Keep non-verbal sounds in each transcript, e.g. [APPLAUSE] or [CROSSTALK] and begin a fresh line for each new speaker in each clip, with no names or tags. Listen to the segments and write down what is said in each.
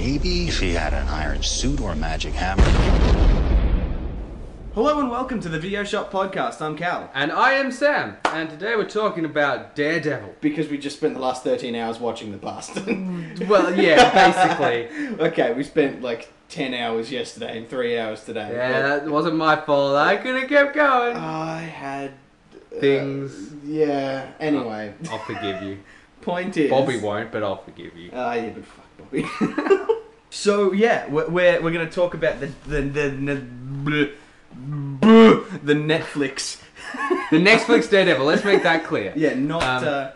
Maybe if he had an iron suit or a magic hammer.
Hello and welcome to the Video Shop Podcast. I'm Cal.
And I am Sam, and today we're talking about Daredevil.
Because we just spent the last 13 hours watching The [LAUGHS] Bastard.
Well, yeah, [LAUGHS] basically.
[LAUGHS] okay, we spent like 10 hours yesterday and 3 hours today.
Yeah, that wasn't my fault. I could have kept going.
But I had. uh,
Things.
yeah, anyway.
I'll forgive you.
Point is.
Bobby won't, but I'll forgive you.
Ah, yeah, but fuck Bobby. [LAUGHS] so yeah, we're we're, we're going to talk about the the the the, bleh, bleh, the Netflix.
The Netflix Daredevil, let's make that clear.
Yeah, not
Um,
uh,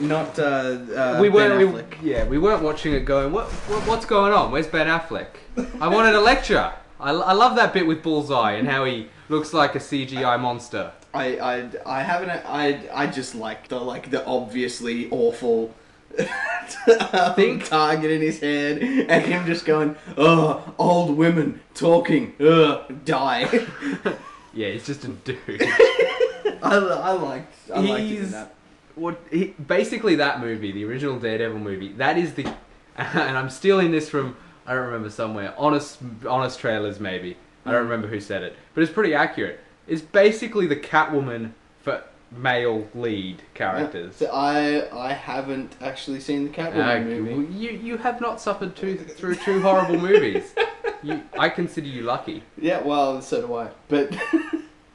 not uh, uh,
we
ben
weren't.
Affleck.
We, yeah, we weren't watching it. Going, what, what? What's going on? Where's Ben Affleck? I wanted a lecture. I, I love that bit with Bullseye and how he looks like a CGI monster.
I, I, I haven't. I, I just like the like the obviously awful [LAUGHS] um,
Think-
target in his head, and him just going, "Ugh, old women talking, ugh, die." [LAUGHS]
Yeah, he's just a dude.
I, I liked. I liked it in
He's-
that.
what he, basically that movie, the original Daredevil movie, that is the, [LAUGHS] and I'm stealing this from I don't remember somewhere, honest honest trailers maybe. I
Hmm.
don't remember who said it, but it's pretty accurate. It's basically the Catwoman for male lead characters.
So I, I haven't actually seen the Catwoman
Uh,
movie.
you you have not suffered two, through two horrible movies.
[LAUGHS]
You, I consider you lucky.
Yeah, well, so do I. But [LAUGHS]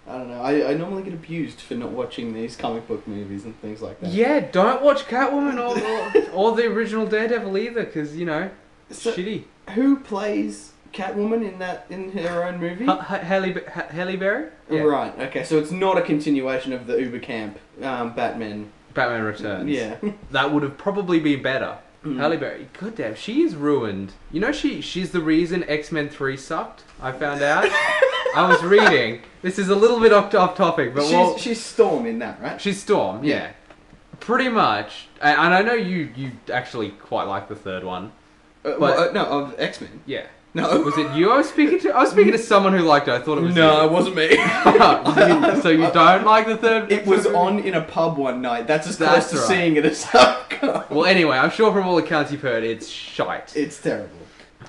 I don't know. I, I normally get abused for not watching these comic book movies and things like that.
Yeah, don't watch Catwoman or or, or the original Daredevil either, because you know, it's
So-
shitty.
Who plays Catwoman in that in her own movie?
Ha- ha- Halle, Be- Ha- Halle Berry? Yeah.
Right. Okay. So it's not a continuation of the Uber Camp um, Batman.
Batman
[LAUGHS]
Returns.
Yeah. Mm.
That would have probably been better. Halle Berry, goddamn, she is ruined. You know, she she's the reason X Men Three sucked. I
[LAUGHS]
found out. I was reading. This is a little bit off, off topic, but
she's,
well,
she's Storm in that, right? Uh,
she's Storm. Yeah, pretty much. And, and I know you you actually quite like the third one.
Uh,
but-
well, uh, no, of X Men.
Yeah.
No.
Was it you I was speaking to? I was speaking to someone who liked it. I thought it was
No, it
you.
wasn't me.
[LAUGHS] You- so you don't like the
[LAUGHS]
third?
it was on in a pub one night. That's as close
That's
to
right.
seeing it as [LAUGHS] I've got.
Well, anyway, I'm sure from all accounts you've heard, it's shite.
It's terrible.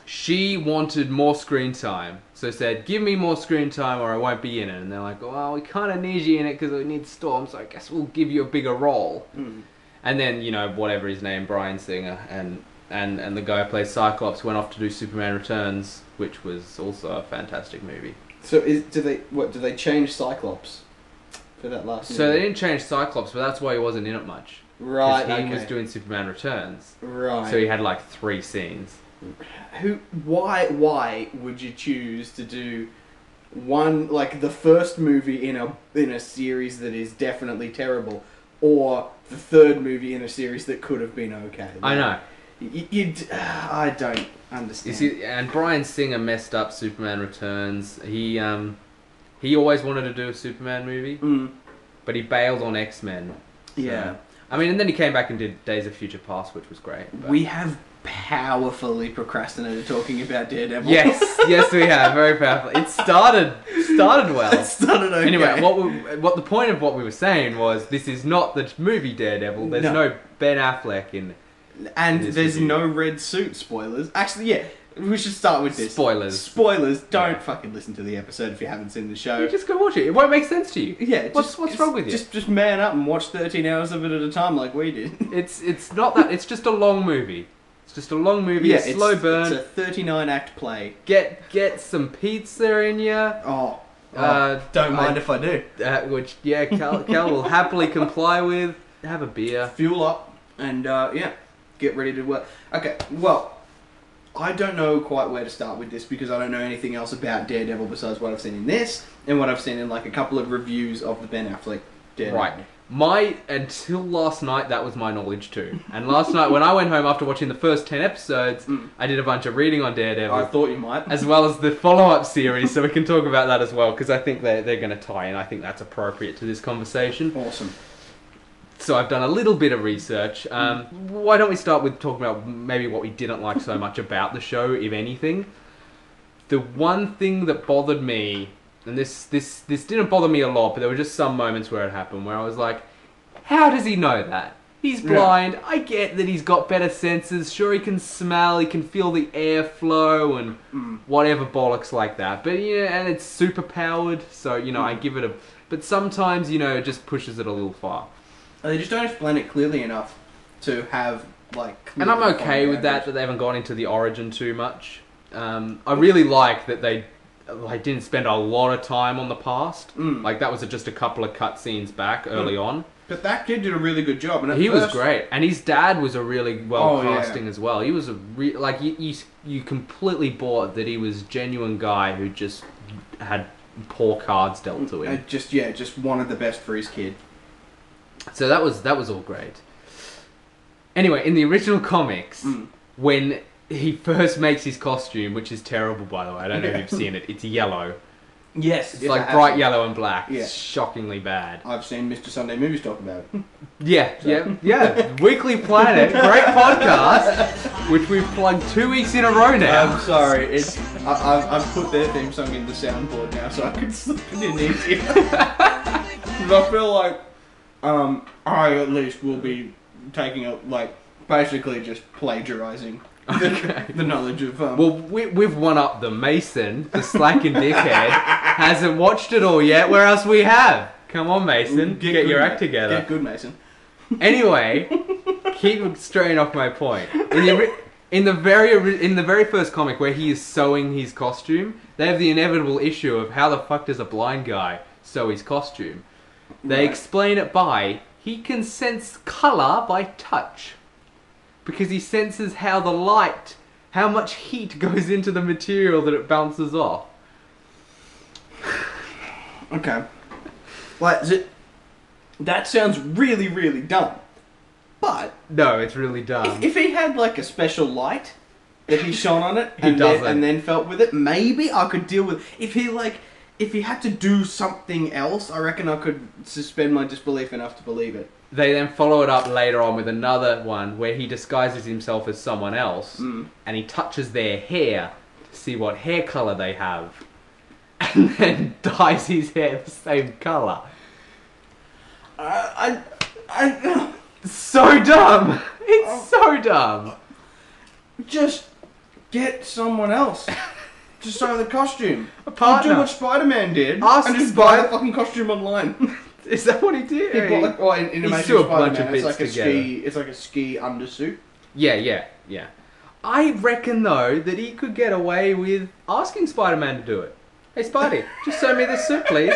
she wanted more screen time, so said, "Give me more screen time, or I won't be in it." And they're like, "Well, we kind of need you in it because we need Storm, so I guess we'll give you a bigger role."
Hmm.
And then you know whatever his name, Brian Singer, and and and the guy who plays Cyclops went off to do Superman Returns, which was also a fantastic movie.
So is do they what do they change Cyclops for that last?
So they
movie?
didn't change Cyclops, but that's why he wasn't in it much. 'cause
right.
he
okay.
was doing Superman Returns,
right.
so he had like three scenes.
who why why would you choose to do one like the first movie in a in a series that is definitely terrible or the third movie in a series that could have been okay
I know.
you, you d- uh, i don't
You
understand
see, and Brian Singer messed up Superman Returns. He um, he always wanted to do a Superman movie,
Mm,
but he bailed on X Men.
yeah
I mean, and then he came back and did Days of Future Past, which was great. but-
we have powerfully procrastinated talking about daredevil [LAUGHS]
yes, [LAUGHS] yes, we have very powerful. It started started
it
well.
started okay.
Anyway, what we, what the point of what we were saying was this is not the movie Daredevil. There's
No.
no, Ben Affleck in
and
This
there's
review.
no red suit spoilers actually yeah we should start with this
spoilers.
Spoilers, don't
Yeah.
fucking listen to the episode if you haven't seen the
You
show.
just go watch it. It won't make sense to you.
yeah,
what's-
just-
what's
just-
wrong with you?
Just just man up and watch 13 hours of it at a time like we did. [LAUGHS]
It's it's not that. It's just a long movie. It's just a long movie. a
it's-
slow burn.
It's a 39 act play.
get get some pizza in you, uh,
Oh,
Uh,
don't mind
I-
if I do.
uh, which yeah, Cal, Cal will happily comply with. Have a beer.
Fuel up and uh, yeah, get ready to work. Okay, well, I don't know quite where to start with this because I don't know anything else about Daredevil besides what I've seen in this and what I've seen in like a couple of reviews of the Ben Affleck Daredevil.
Right. My until last night that was my knowledge too. And last night when I went home after watching the first ten episodes,
Mm.
I did a bunch of reading on Daredevil.
I thought you might.
as well as the follow-up series, so we can talk about that as well because I think they're, they're going to tie in. I think that's appropriate to this conversation.
awesome.
So I've done a little bit of research. Um, Why don't we start with talking about maybe what we didn't like so much about the show, if anything? The one thing that bothered me, and this this this didn't bother me a lot, but there were just some moments where it happened where I was like, "How does he know that? He's
Yeah.
blind. I get that he's got better senses. Sure, he can smell, he can feel the airflow and whatever bollocks like that. But yeah, and it's super powered, so you know I give it a. But sometimes you know it just pushes it a little far,
They just don't explain it clearly enough to have like.
and I'm
clear
okay with that. That
language.
they haven't gone into the origin too much. Um, I really like that they like didn't spend a lot of time on the past.
Mm.
Like that was just a couple of cutscenes back early on.
But that kid did a really good job, and Hmm. at
he was
first-
great, and his dad was a really well
Oh, yeah.
casting as well. He was a re- like you, you you completely bought that he was a genuine guy who just had poor cards dealt to
I
him.
uh, just yeah, just wanted the best for his kid.
So that was that was all great. Anyway, in the original comics,
Hmm.
when he first makes his costume, which is terrible by the way, I don't know
Yeah.
if you've seen it. It's yellow.
Yes,
It's like bright yellow and black.
Yeah.
It's shockingly bad.
I've seen Mr. Sunday movies talk about it.
Yeah, yeah, yeah. Weekly Planet, great podcast, which we've plugged two weeks in a row now.
I'm sorry, it's I, I've, I've put their theme song in the soundboard now, so I can [LAUGHS] slip it in easier.
[LAUGHS]
'Cause I feel like um, I at least will be taking up like basically just
[LAUGHS]
plagiarizing the, the knowledge of um,
Well, we, we've one up the Mason, the slacking dickhead, hasn't watched it all yet. Where else we have? Come on, Mason, get,
good,
your
Ma-
act together.
Get good, Mason.
Anyway, keep straying off my point. In the, ori- in the very ori- in the very first comic where he is sewing his costume, they have the inevitable issue of how the fuck does a blind guy sew his costume? They
Right.
explain it by he can sense color by touch because he senses how the light, how much heat goes into the material that it bounces off.
Okay. Like is it, that sounds really, really dumb. But
No, it's really dumb.
if, if he had like a special light that he shone on it
[LAUGHS] He
and
doesn't.
then, and then felt with it, maybe I could deal with. If he like, if he had to do something else, I reckon I could suspend my disbelief enough to believe it.
They then follow it up later on with another one where he disguises himself as someone else
Hmm.
and he touches their hair to see what hair color they have
[LAUGHS]
and then dyes his hair the same color.
I, I, I [SIGHS]
So dumb!
Oh.
It's so dumb!
just get someone else. to sew the costume.
A
I'll do
partner.
what Spider-Man did
Ask
and just buy
Spider-
the fucking costume
[LAUGHS]
online.
Is that what he did?
He bought like, well, in, in
He
Amazing
threw a bunch
Spider-Man,
of
it's
bits
like a ski,
together.
it's like a ski undersuit.
Yeah, yeah, yeah. I reckon though that he could get away with asking Spider Man to do it. Hey Spidey, just sew me this
[LAUGHS]
suit, please.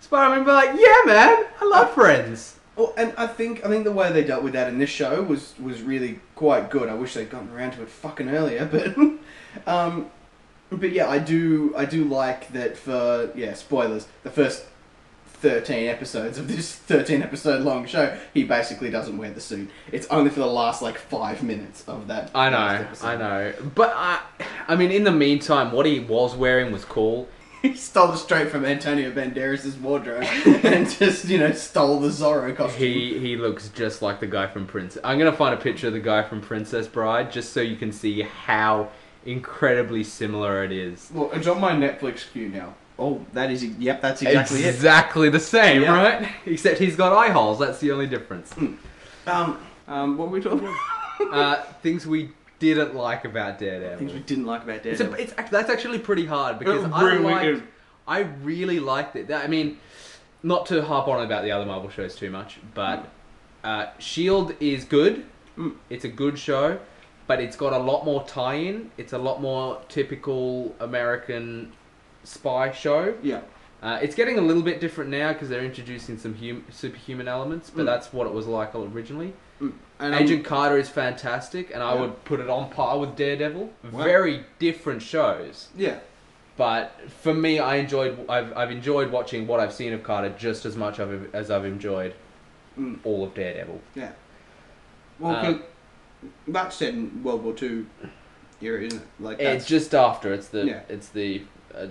Spider Man be like, yeah, man, I love friends.
Well, and I think I think the way they dealt with that in this show was was really quite good. I wish they'd gotten around to it fucking earlier, [LAUGHS] but um, but yeah, I do I do like that for yeah spoilers. The first thirteen episodes of this thirteen episode long show, he basically doesn't wear the suit. It's only for the last like five minutes of that.
I
last
know,
episode.
I know. But I, I mean, in the meantime, what he was wearing was cool.
[LAUGHS] He stole it straight from Antonio Banderas' wardrobe [LAUGHS] and just you know stole the Zorro costume.
He he looks just like the guy from Prince. I'm gonna find a picture of the guy from Princess Bride just so you can see how incredibly similar it is.
Look, it's on my Netflix queue now. Oh, that is yep, that's exactly it.
Exactly the same,
Yeah.
right? [LAUGHS] Except he's got eye holes. That's the only difference.
Um, um, what were we talking about?
uh, things we didn't like about
[LAUGHS]
Daredevil.
Things we didn't like about
It's, a,
Daredevil.
it's act- that's actually pretty hard because I
really
liked,
is.
I really liked it. That- I mean, not to harp on about the other Marvel shows too much, but uh, Shield is good.
Mm.
It's a good show, but it's got a lot more tie-in. It's a lot more typical American spy show.
yeah.
Uh, it's getting a little bit different now because they're introducing some hum- superhuman elements, but that's what it was like originally.
Hmm. And um,
Agent Carter is fantastic, and I
Yeah.
would put it on par with Daredevil.
Wow.
Very different shows,
yeah.
but for me, I enjoyed. I've, I've enjoyed watching what I've seen of Carter just as much of, as I've enjoyed
Mm.
all of Daredevil.
Yeah. Well,
Uh,
'cause that's set in World War Two era, isn't it? Like that's,
It's just after it's the
Yeah.
it's the uh,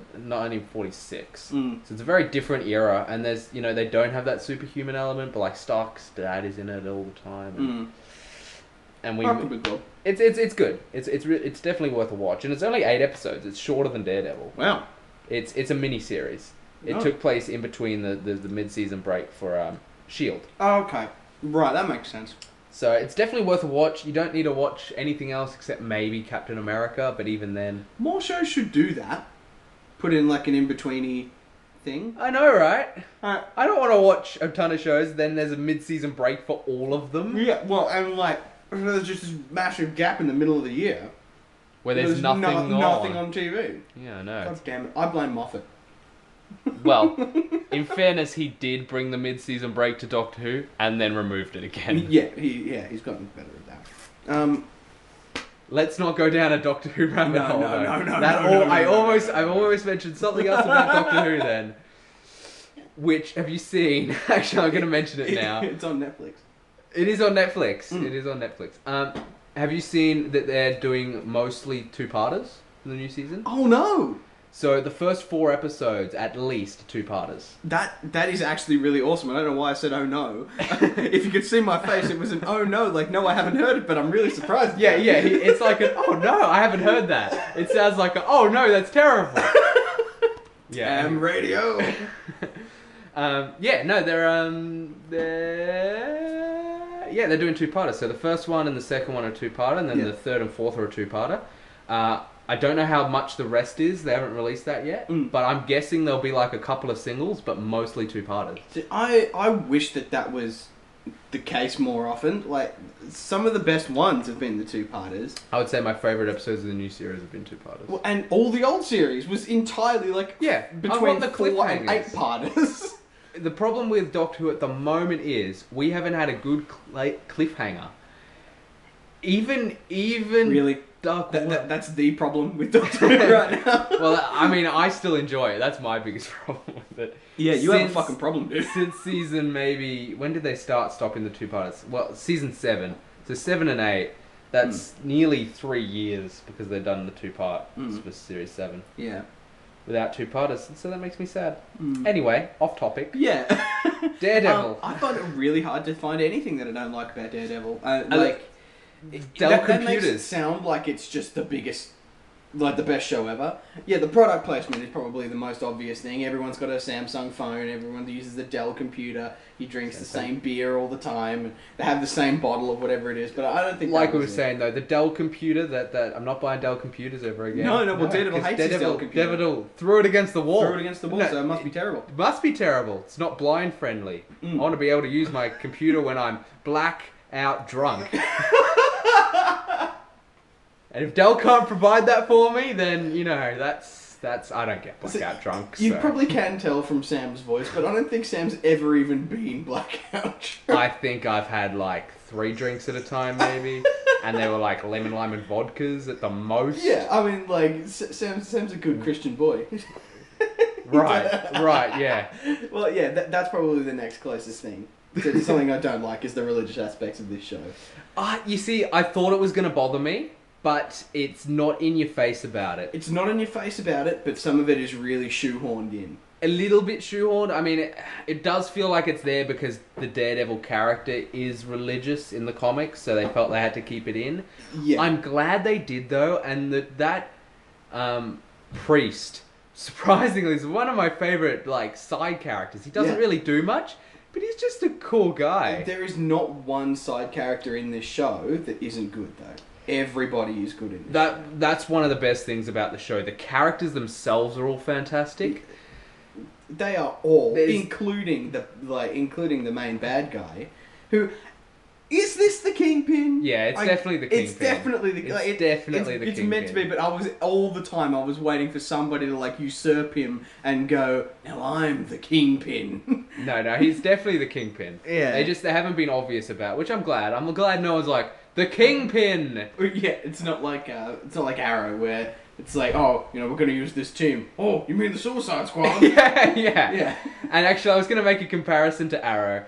1946.
Mm.
So it's a very different era, and there's you know they don't have that superhuman element, but like Stark's dad is in it all the time, and,
Mm. Oh,
and we
That could be cool.
it's it's it's good. It's it's re- it's definitely worth a watch, and it's only eight episodes. It's shorter than Daredevil.
Wow.
It's it's a mini series. It
Oh.
took place in between the, the, the mid season break for um, Shield.
Oh, okay. Right, that makes sense.
So it's definitely worth a watch. You don't need to watch anything else except maybe Captain America, but even then,
More shows should do that. Put in like an in betweeny thing.
I know, right?
Uh,
I don't want to watch a ton of shows. Then there's a mid-season break for all of them,
yeah, well, and like there's just this massive gap in the middle of the year.
where there's,
no-
nothing, on.
nothing on TV.
Yeah, I know.
God damn it! I blame Moffat.
[LAUGHS]
[LAUGHS]
well, in fairness, he did bring the mid-season break to Doctor Who and then removed it again.
Yeah, he yeah he's gotten better at that. Um,
[LAUGHS] Let's not go down a Doctor Who rabbit
No,
hole.
no,
though.
no, no,
That
no,
al-
no, no,
I
no,
almost,
no, no,
I've almost mentioned something else about Doctor Who then, which have you seen? [LAUGHS] Actually, I'm going to mention it now.
[LAUGHS] it's on Netflix.
It is on Netflix. It is on Netflix. Um, have you seen that they're doing mostly two-parters for the new season?
Oh no,
So the first four episodes, at least, are two-parters.
that that is actually really awesome. I don't know why I said oh no. [LAUGHS] if you could see my face, it was an oh no. Like no, I haven't heard it, but I'm really surprised.
Yeah, yeah. He, it's like an oh no, I haven't heard that. It sounds like a, oh no, that's terrible. [LAUGHS] yeah.
Damn
anyway.
radio.
Um, yeah. No, they're um they're yeah they're doing two parters. So the first one and the second one are two parter, and then
Yeah.
the third and fourth are a two parter. Uh, I don't know how much the rest is. They haven't released that yet,
Mm.
but I'm guessing there'll be like a couple of singles, but mostly two parters.
See, I I wish that that was the case more often. Like some of the best ones have been the two parters,
I would say my favorite episodes of the new series have been two parters.
well, and all the old series was entirely like
Yeah, I
between
want the
four and
cliffhangers.
eight parters. [LAUGHS]
The problem with Doctor Who at the moment is we haven't had a good cl- cliffhanger. Even even
Really?
Dark
That,
World-
that, that's the problem with [LAUGHS] Doctor Who right now.
well, I mean, I still enjoy it. That's my biggest [LAUGHS] problem with it.
Yeah, you have a
Since-
fucking problem, dude.
Since season maybe when did they start stopping the two parts? Well, season seven. So seven and eight. That's
Hmm.
nearly three years because they've done the two part
Mm.
for series seven
Yeah.
without two parters, and so that makes me sad.
Hmm.
Anyway, off topic.
Yeah.
Daredevil.
Um, I find it really hard to find anything that I don't like about Daredevil. Uh,
I
like,
Dell
Um, that, that makes it
computers.
sound like it's just the biggest, like the best show ever. Yeah, the product placement is probably the most obvious thing. Everyone's got a Samsung phone. Everyone uses the Dell computer. He drinks the
Samsung.
same beer all the time. And they have the same bottle of whatever it is. But I don't think
like
that
we were
was it.
saying though, the Dell computer that, that I'm not buying Dell computers ever again.
No, no, well, Daredevil
'cause
hates his Dell computer.
Daredevil threw it against the wall.
Throw it against the wall,
No,
so it must be terrible.
it must be terrible. It's not blind friendly.
Mm.
I want to be able to use my computer when I'm black out
[LAUGHS]
drunk. and if Dell can't provide that for me, then you know that's that's I don't get black
So,
out drunk.
You
so.
probably can tell from Sam's voice, but I don't think Sam's ever even been [LAUGHS] blackout.
I think I've had like three drinks at a
[LAUGHS]
time maybe, and they were like lemon lime and vodkas at the most.
yeah, I mean, like S- Sam, Sam's a good Christian boy.
[LAUGHS]
[LAUGHS]
Right, right, yeah.
well, yeah, that, that's probably the next closest thing. To something I don't like is the religious aspects of this show.
Uh, you see, I thought it was going to bother me, but it's not in your face about it.
It's not in your face about it, but some of it is really shoehorned in.
A little bit shoehorned. I mean, it, it does feel like it's there because the Daredevil character is religious in the comics, so they felt they had to keep it in.
Yeah,
I'm glad they did, though, and that that um, priest, [LAUGHS] surprisingly, is one of my favorite like side characters. He doesn't
Yeah.
really do much, but he's just a cool guy.
there is not one side character in this show that isn't good though. Everybody is good in this.
That that's one of the best things about the show. The characters themselves are all fantastic.
They are all,
There's-
including the like, including the main bad guy, who is this the kingpin?
Yeah, it's definitely the
It's
Kingpin.
definitely the.
It's
like,
definitely
it's,
the
It's meant to be,
Kingpin.
but I was all the time. I was waiting for somebody to like usurp him and go. Now I'm the kingpin. [LAUGHS]
No, no, he's definitely the kingpin.
Yeah.
They just they haven't been obvious about, which I'm glad. I'm glad no one's like the kingpin. [LAUGHS]
yeah, it's not like uh, it's not like Arrow where it's like, oh, you know, we're gonna use this team. Oh, you mean the Suicide Squad?
[LAUGHS] yeah, yeah,
Yeah.
And actually, I was gonna make a comparison to Arrow.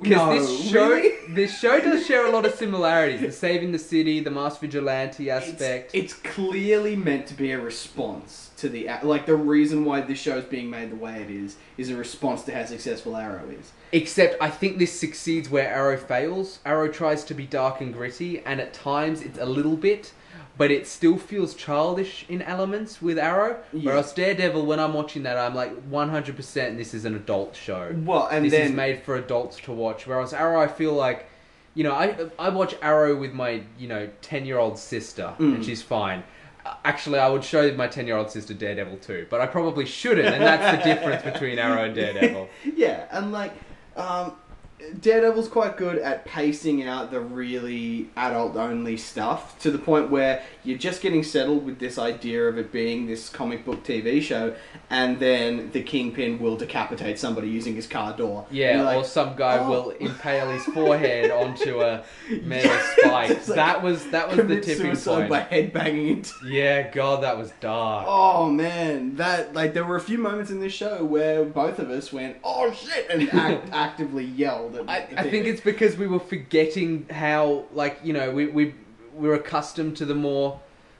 Because
No,
this show,
really?
this show does share a lot of similarities. The saving the city, the mass vigilante aspect.
It's, it's clearly meant to be a response to the like the reason why this show is being made the way it is is a response to how successful Arrow is.
Except I think this succeeds where Arrow fails. Arrow tries to be dark and gritty, and at times it's a little bit, but it still feels childish in elements with Arrow.
Yeah.
Whereas Daredevil, when I'm watching that, I'm like 100% this is an adult show.
Well, and
this
then
is made for adults to watch. Whereas Arrow, I feel like you know, I I watch Arrow with my you know ten year old sister,
Mm.
and she's fine. Uh, Actually, I would show my ten year old sister Daredevil too, but I probably shouldn't, and that's the difference between Arrow and Daredevil.
yeah, and like, um, Daredevil's quite good at pacing out the really adult only stuff to the point where you're just getting settled with this idea of it being this comic book TV show, and then the Kingpin will decapitate somebody using his car door.
Yeah,
You're like,
or some guy
"Oh."
will impale his
[LAUGHS]
forehead onto a metal spike.
Just like,
that was that was the
commit
tipping
suicide
point.
by headbanging into
Yeah, God, that was dark.
Oh man, that like there were a few moments in this show where both of us went, "Oh shit!"
[LAUGHS]
and act, actively yelled. At
I,
the
I think
TV.
it's because we were forgetting how, like, you know, we, we, we're accustomed to the more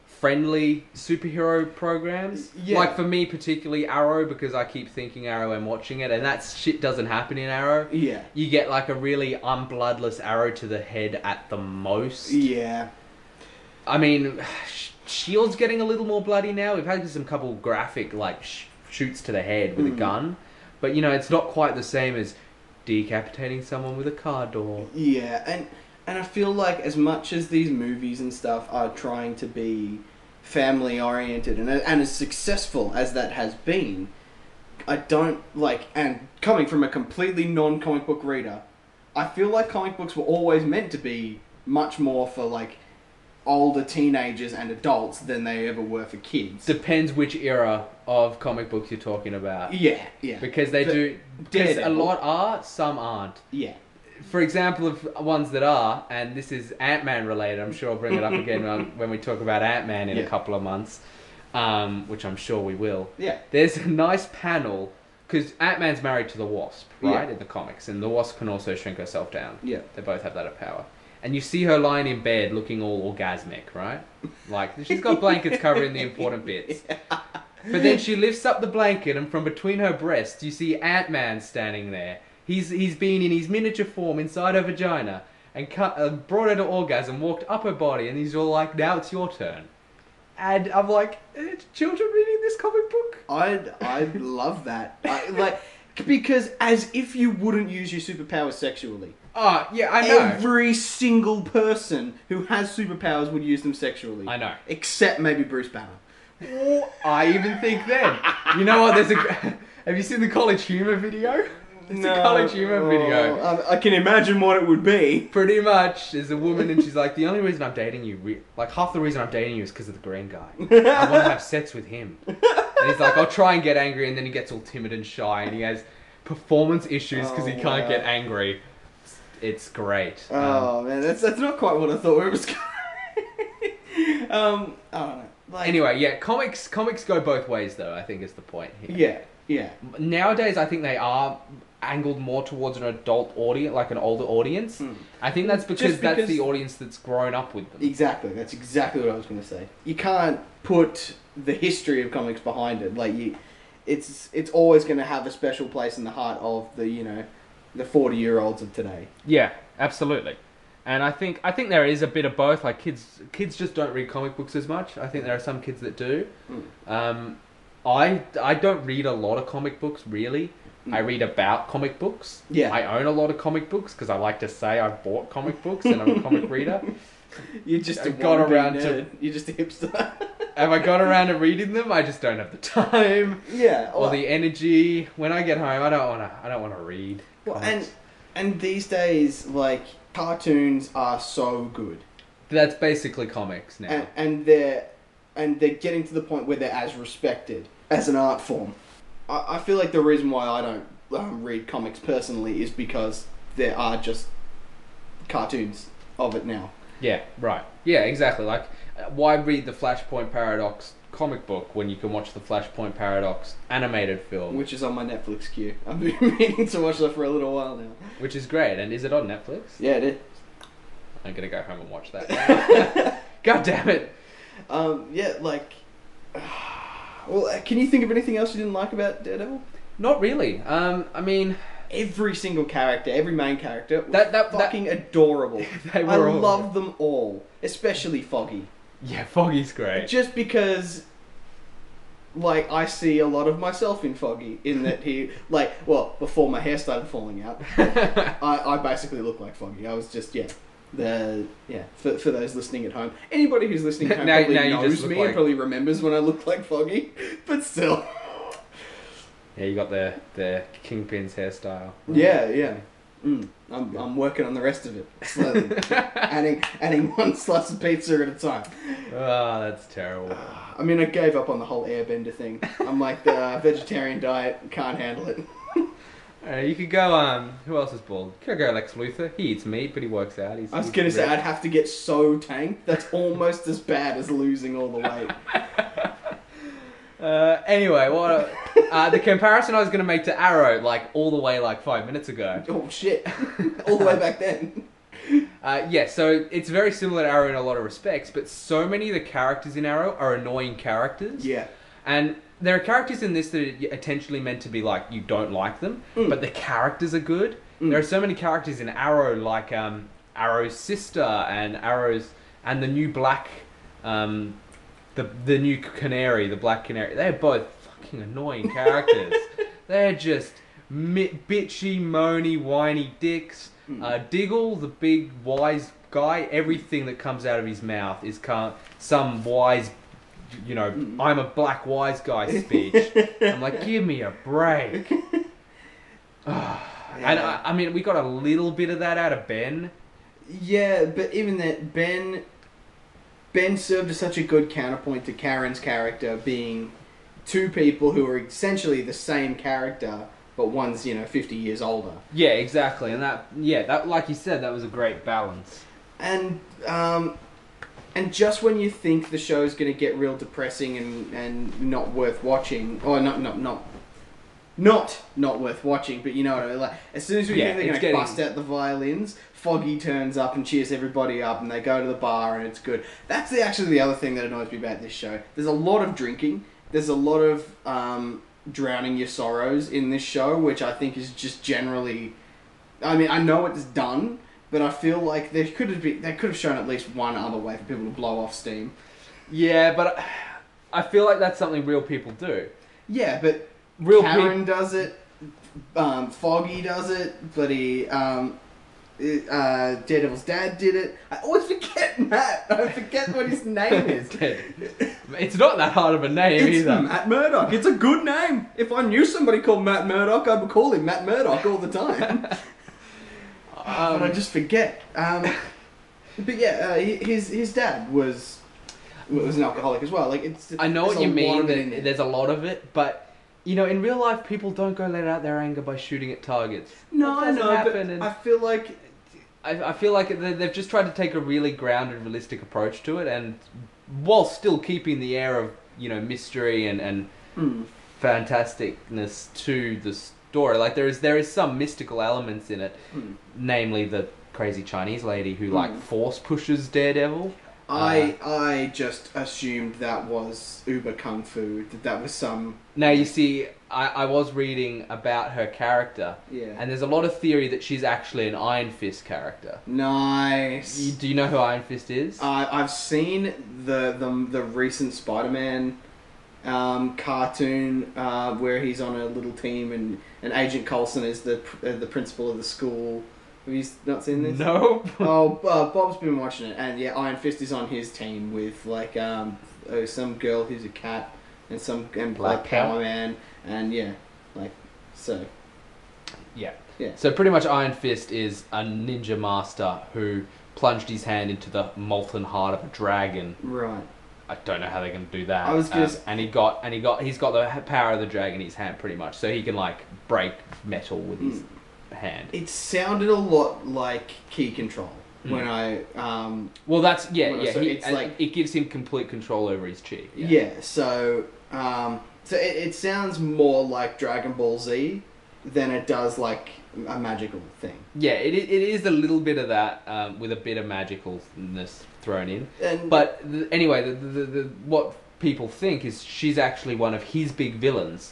friendly superhero programs.
Yeah.
Like, for me, particularly Arrow, because I keep thinking Arrow and watching it, and that shit doesn't happen in Arrow.
yeah,
You get, like, a really unbloodless arrow to the head at the most.
yeah,
I mean, Sh- Shield's getting a little more bloody now. We've had some couple graphic like sh- shoots to the head
Hmm.
with a gun, but you know it's not quite the same as decapitating someone with a car door.
yeah, and and I feel like as much as these movies and stuff are trying to be family oriented and and as successful as that has been, I don't like and coming from a completely non comic book reader, I feel like comic books were always meant to be much more for like older teenagers and adults than they ever were for kids.
Depends which era of comic books you're talking about,
yeah, yeah.
because they
But
do. Because a
Daredevil-
lot are, some aren't.
Yeah.
For example, of ones that are, and this is Ant Man related. I'm sure I'll bring it
[LAUGHS]
up again when- when we talk about Ant Man in
Yeah.
a couple of months, um, which I'm sure we will.
Yeah.
There's a nice panel because Ant Man's married to the Wasp, right?
Yeah.
In the comics, and the Wasp can also shrink herself down.
Yeah.
they both have that power. And you see her lying in bed, looking all orgasmic, right? Like she's got blankets covering
[LAUGHS]
the important bits. But then she lifts up the blanket, and from between her breasts, you see Ant Man standing there. He's he's been in his miniature form inside her vagina and cut, uh, brought her to orgasm, walked up her body, and he's all like, "Now it's your turn." And I'm like, eh, "Children reading this comic book?"
I'd I'd love that. I, like because as if you wouldn't use your superpowers sexually.
Oh, yeah, I know.
Every single person who has superpowers would use them sexually.
I know.
Except maybe Bruce Banner.
I even think then. You know what? There's a. [LAUGHS] Have you seen the College Humor video? It's a College Humor
Oh.
video.
I, I can imagine what it would be.
Pretty much, there's a woman and she's like, the only reason I'm dating you, re- like half the reason I'm dating you is because of the green guy. I want to have sex with him. And he's like, I'll try and get angry, and then he gets all timid and shy, and he has performance issues because he
Oh,
can't
wow.
get angry. It's, it's great. Um,
Oh man, that's that's not quite what I thought it was. gonna- [LAUGHS] um, I don't know. Like,
anyway, yeah, comics comics go both ways though. I think is the point here.
Yeah. Yeah.
nowadays I think they are angled more towards an adult audience, like an older audience. I think that's because, that's
because-
the audience that's grown up with them.
Exactly. That's exactly what I was going to say. You can't put the history of comics behind it. Like you, it's it's always going to have a special place in the heart of the you know, the forty year olds of today.
Yeah, absolutely. And I think I think there is a bit of both. Like kids, kids just don't read comic books as much. I think there are some kids that do. Um, I I don't read a lot of comic books really. I read about comic books.
Yeah.
I own a lot of comic books because I like to say I bought comic books and I'm a comic reader.
You just
I
a
got
wannabe
around to-
nerd. [LAUGHS] You're just a hipster. [LAUGHS]
Have I got around to reading them? I just don't have the time.
yeah.
or the energy. When I get home, I don't want to. I don't want to read.
well, and
comics.
and these days like cartoons are so good.
that's basically comics now.
and, and they're and they're getting to the point where they're as respected as an art form. I, I feel like the reason why I don't um, read comics personally is because there are just cartoons of it now.
yeah, right. Yeah, exactly. Like, uh, why read the Flashpoint Paradox comic book when you can watch the Flashpoint Paradox animated film, which,
Which is on my Netflix queue. [LAUGHS] I've been meaning to watch that for a little while now.
is great? And is it on Netflix?
Yeah, it is.
I'm gonna go home and
[LAUGHS]
watch that. [LAUGHS] God damn it!
Um, yeah, like. [SIGHS] Well, uh, can you think of anything else you didn't like about Daredevil?
Not really. Um, I mean,
Every single character, every main character, was
That- that- that-
fucking adorable.
[LAUGHS] They
I
were all-
love them all, especially Foggy.
yeah, [LAUGHS] Foggy's great.
[LAUGHS] just because like I see a lot of myself in Foggy in that he [LAUGHS] like well before my hair started falling out I, I basically looked like Foggy I was just yeah The yeah for, for those listening at home, anybody who's
[LAUGHS]
listening at home
Now-
probably
now you just
knows
look
me
like-
and probably remembers when I look like Foggy, [LAUGHS] but still,
Yeah, you got the the kingpin's hairstyle.
yeah, yeah. Mm, I'm, I'm working on the rest of it
[LAUGHS]
slowly, adding adding one slice of pizza at a time.
Ah, that's terrible.
I mean, I gave up on the whole Airbender thing. I'm like the uh, vegetarian diet can't handle it.
Uh, you could go. Um, who else is bald? Could go Lex Luthor. He eats meat, but he works out. He's,
I was
he's
gonna say
ripped.
I'd have to get so tanked. That's almost as bad as losing all the weight.
Uh, anyway, what a- uh, the comparison I was gonna make to Arrow, like all the way, like five minutes ago.
Oh shit! [LAUGHS] all the way back then.
Uh, yeah, so it's very similar to Arrow in a lot of respects, but so many of the characters in Arrow are annoying characters.
Yeah.
And there are characters in this that are intentionally meant to be like you don't like them, but the characters are good. There are so many characters in Arrow, like um, Arrow's sister and Arrow's and the new black, um, the the new canary, the black canary. They're both fucking annoying characters. They're just mi- bitchy, moany, whiny dicks. Uh, Diggle, the big wise guy, everything that comes out of his mouth is ca- some wise you know,
Mm.
I'm a black wise guy speech.
[LAUGHS]
I'm like, give me a break. And I, I mean, we got a little bit of that out of Ben.
Yeah, but even that Ben Ben served as such a good counterpoint to Karen's character being two people who are essentially the same character, but one's, you know, fifty years older.
Yeah, exactly. And that, yeah, that, like you said, that was a great balance.
And um and just when you think the show's gonna get real depressing and, and not worth watching or not not not not not worth watching, but you know what I mean. Like as soon as we
Yeah,
think they're
it's
gonna
getting-
bust out the violins, Foggy turns up and cheers everybody up, and they go to the bar and it's good. That's the, actually the other thing that annoys me about this show. There's a lot of drinking. There's a lot of um, drowning your sorrows in this show, which I think is just generally. I mean, I know it's done, but I feel like there could have been they could have shown at least one other way for people to blow off steam.
Yeah, but I- I feel like that's something real people do.
Yeah, but
Real
Karen
peop-
does it. Um, Foggy does it. Bloody um, it- uh, Daredevil's dad did it. I always forget Matt. I forget what his name is.
[LAUGHS] it's not that hard of a name
It's
either.
Matt Murdock. It's a good name. If I knew somebody called Matt Murdock, I would call him Matt Murdock all the
[LAUGHS]
time. Ah, but I just forget. Um, but yeah, uh, he- his his dad was was an alcoholic as well. Like it's.
I know
there's
what you
a lot
mean.
of it in
That
there.
there's a lot of it, but you know, in real life, people don't go let out their anger by shooting at targets.
No,
It
I
doesn't
know, but
happen, and-
I feel like
I, I feel like they- they've just tried to take a really grounded, realistic approach to it, and while still keeping the air of you know mystery and and
hmm,
fantasticness to the story. Like there is there is some mystical elements in it,
hmm.
namely the crazy Chinese lady who like force pushes Daredevil.
I I just assumed that was Uber Kung Fu. That that was some.
Now you see, I, I was reading about her character,
Yeah.
and there's a lot of theory that she's actually an Iron Fist character. You,
Nice.
do you know who Iron Fist is?
I I've seen the the the recent Spider-Man um, cartoon uh, where he's on a little team and, and Agent Coulson is the pr- uh, the principal of the school. Have you s- not seen this?
no.
[LAUGHS] Oh, uh, Bob's been watching it, and yeah, Iron Fist is on his team with like um oh, some girl who's a cat and some and
Black
like
Cat.
Power Man, and yeah, like so.
yeah.
Yeah.
So pretty much, Iron Fist is a ninja master who plunged his hand into the molten heart of a dragon.
Right.
I don't know how they're going to do that.
I was gonna
Um,
s-
and he got and he got he's got the h- power of the dragon in his hand pretty much, so he can like break metal with his
Hmm.
hand.
It sounded a lot like Key Control when I um
Well, that's yeah,
Well,
yeah.
so
he-
it's
and
like-
it gives him complete control over his chi.
yeah, so um so it, it sounds more like Dragon Ball Z than it does like a magical thing.
Yeah, it, i- it is a little bit of that um, with a bit of magicalness thrown in.
And-
but th- anyway, the, the, the, what people think is she's actually one of his big villains.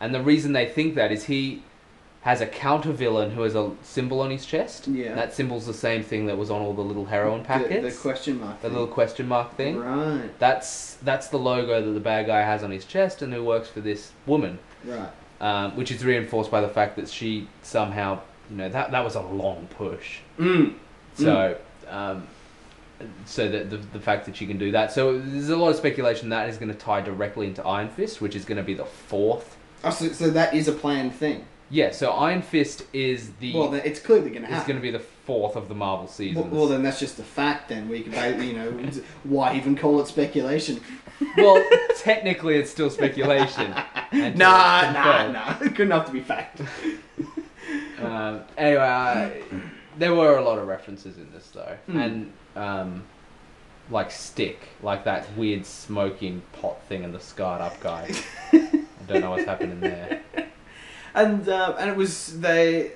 And the reason they think that is he has a counter villain who has a symbol on his chest.
Yeah.
And that symbol's the same thing that was on all the little heroin
The,
packets.
the question mark.
the
thing.
little question mark thing.
Right.
That's, that's the logo that the bad guy has on his chest and who works for this woman
Right.
um, which is reinforced by the fact that she somehow, you know, that that was a long push.
Mm.
So Um, so that the, the fact that she can do that. So there's a lot of speculation that is going to tie directly into Iron Fist, which is going to be the fourth.
Oh, so, so that is a planned thing.
Yeah. So Iron Fist is the
Well, then it's clearly going to
is going
happen.
to be the fourth of the Marvel
Well,
seasons.
well, then that's just a fact. Then we can, ba- you know, why even call it speculation?
Well, technically, it's
[LAUGHS]
still speculation. And
Nah,
it's
nah,
confirmed.
nah. [LAUGHS] Good enough to be fact.
Um, anyway, I, there were a lot of references in this though,
Hmm.
and um, like stick, like that weird smoking pot thing and the scarred
[LAUGHS]
up guy. I don't know what's happening there.
and uh, and it was they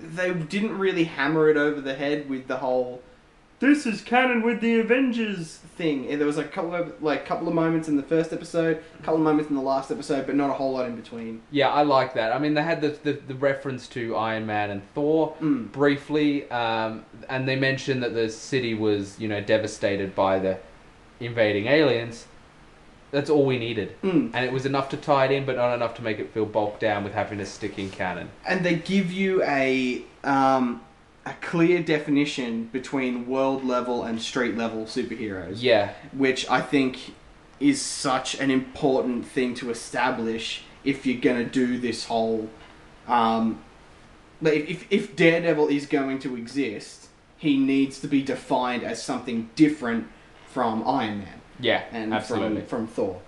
they didn't really hammer it over the head with the whole this is canon with the Avengers thing. And there was like a couple of like couple of moments in the first episode, a couple of moments in the last episode, but not a whole lot in between.
Yeah, I like that. I mean, they had the, the, the reference to Iron Man and Thor
Mm.
briefly, um, and they mentioned that the city was, you know, devastated by the invading aliens. That's all we needed.
Mm.
And it was enough to tie it in, but not enough to make it feel bulked down with having to stick in canon.
And they give you a um, a clear definition between world level and street level superheroes.
Yeah,
which I think is such an important thing to establish if you're going to do this whole. Um, like, if, if Daredevil is going to exist, he needs to be defined as something different from Iron Man
yeah,
and
absolutely.
from, from Thor.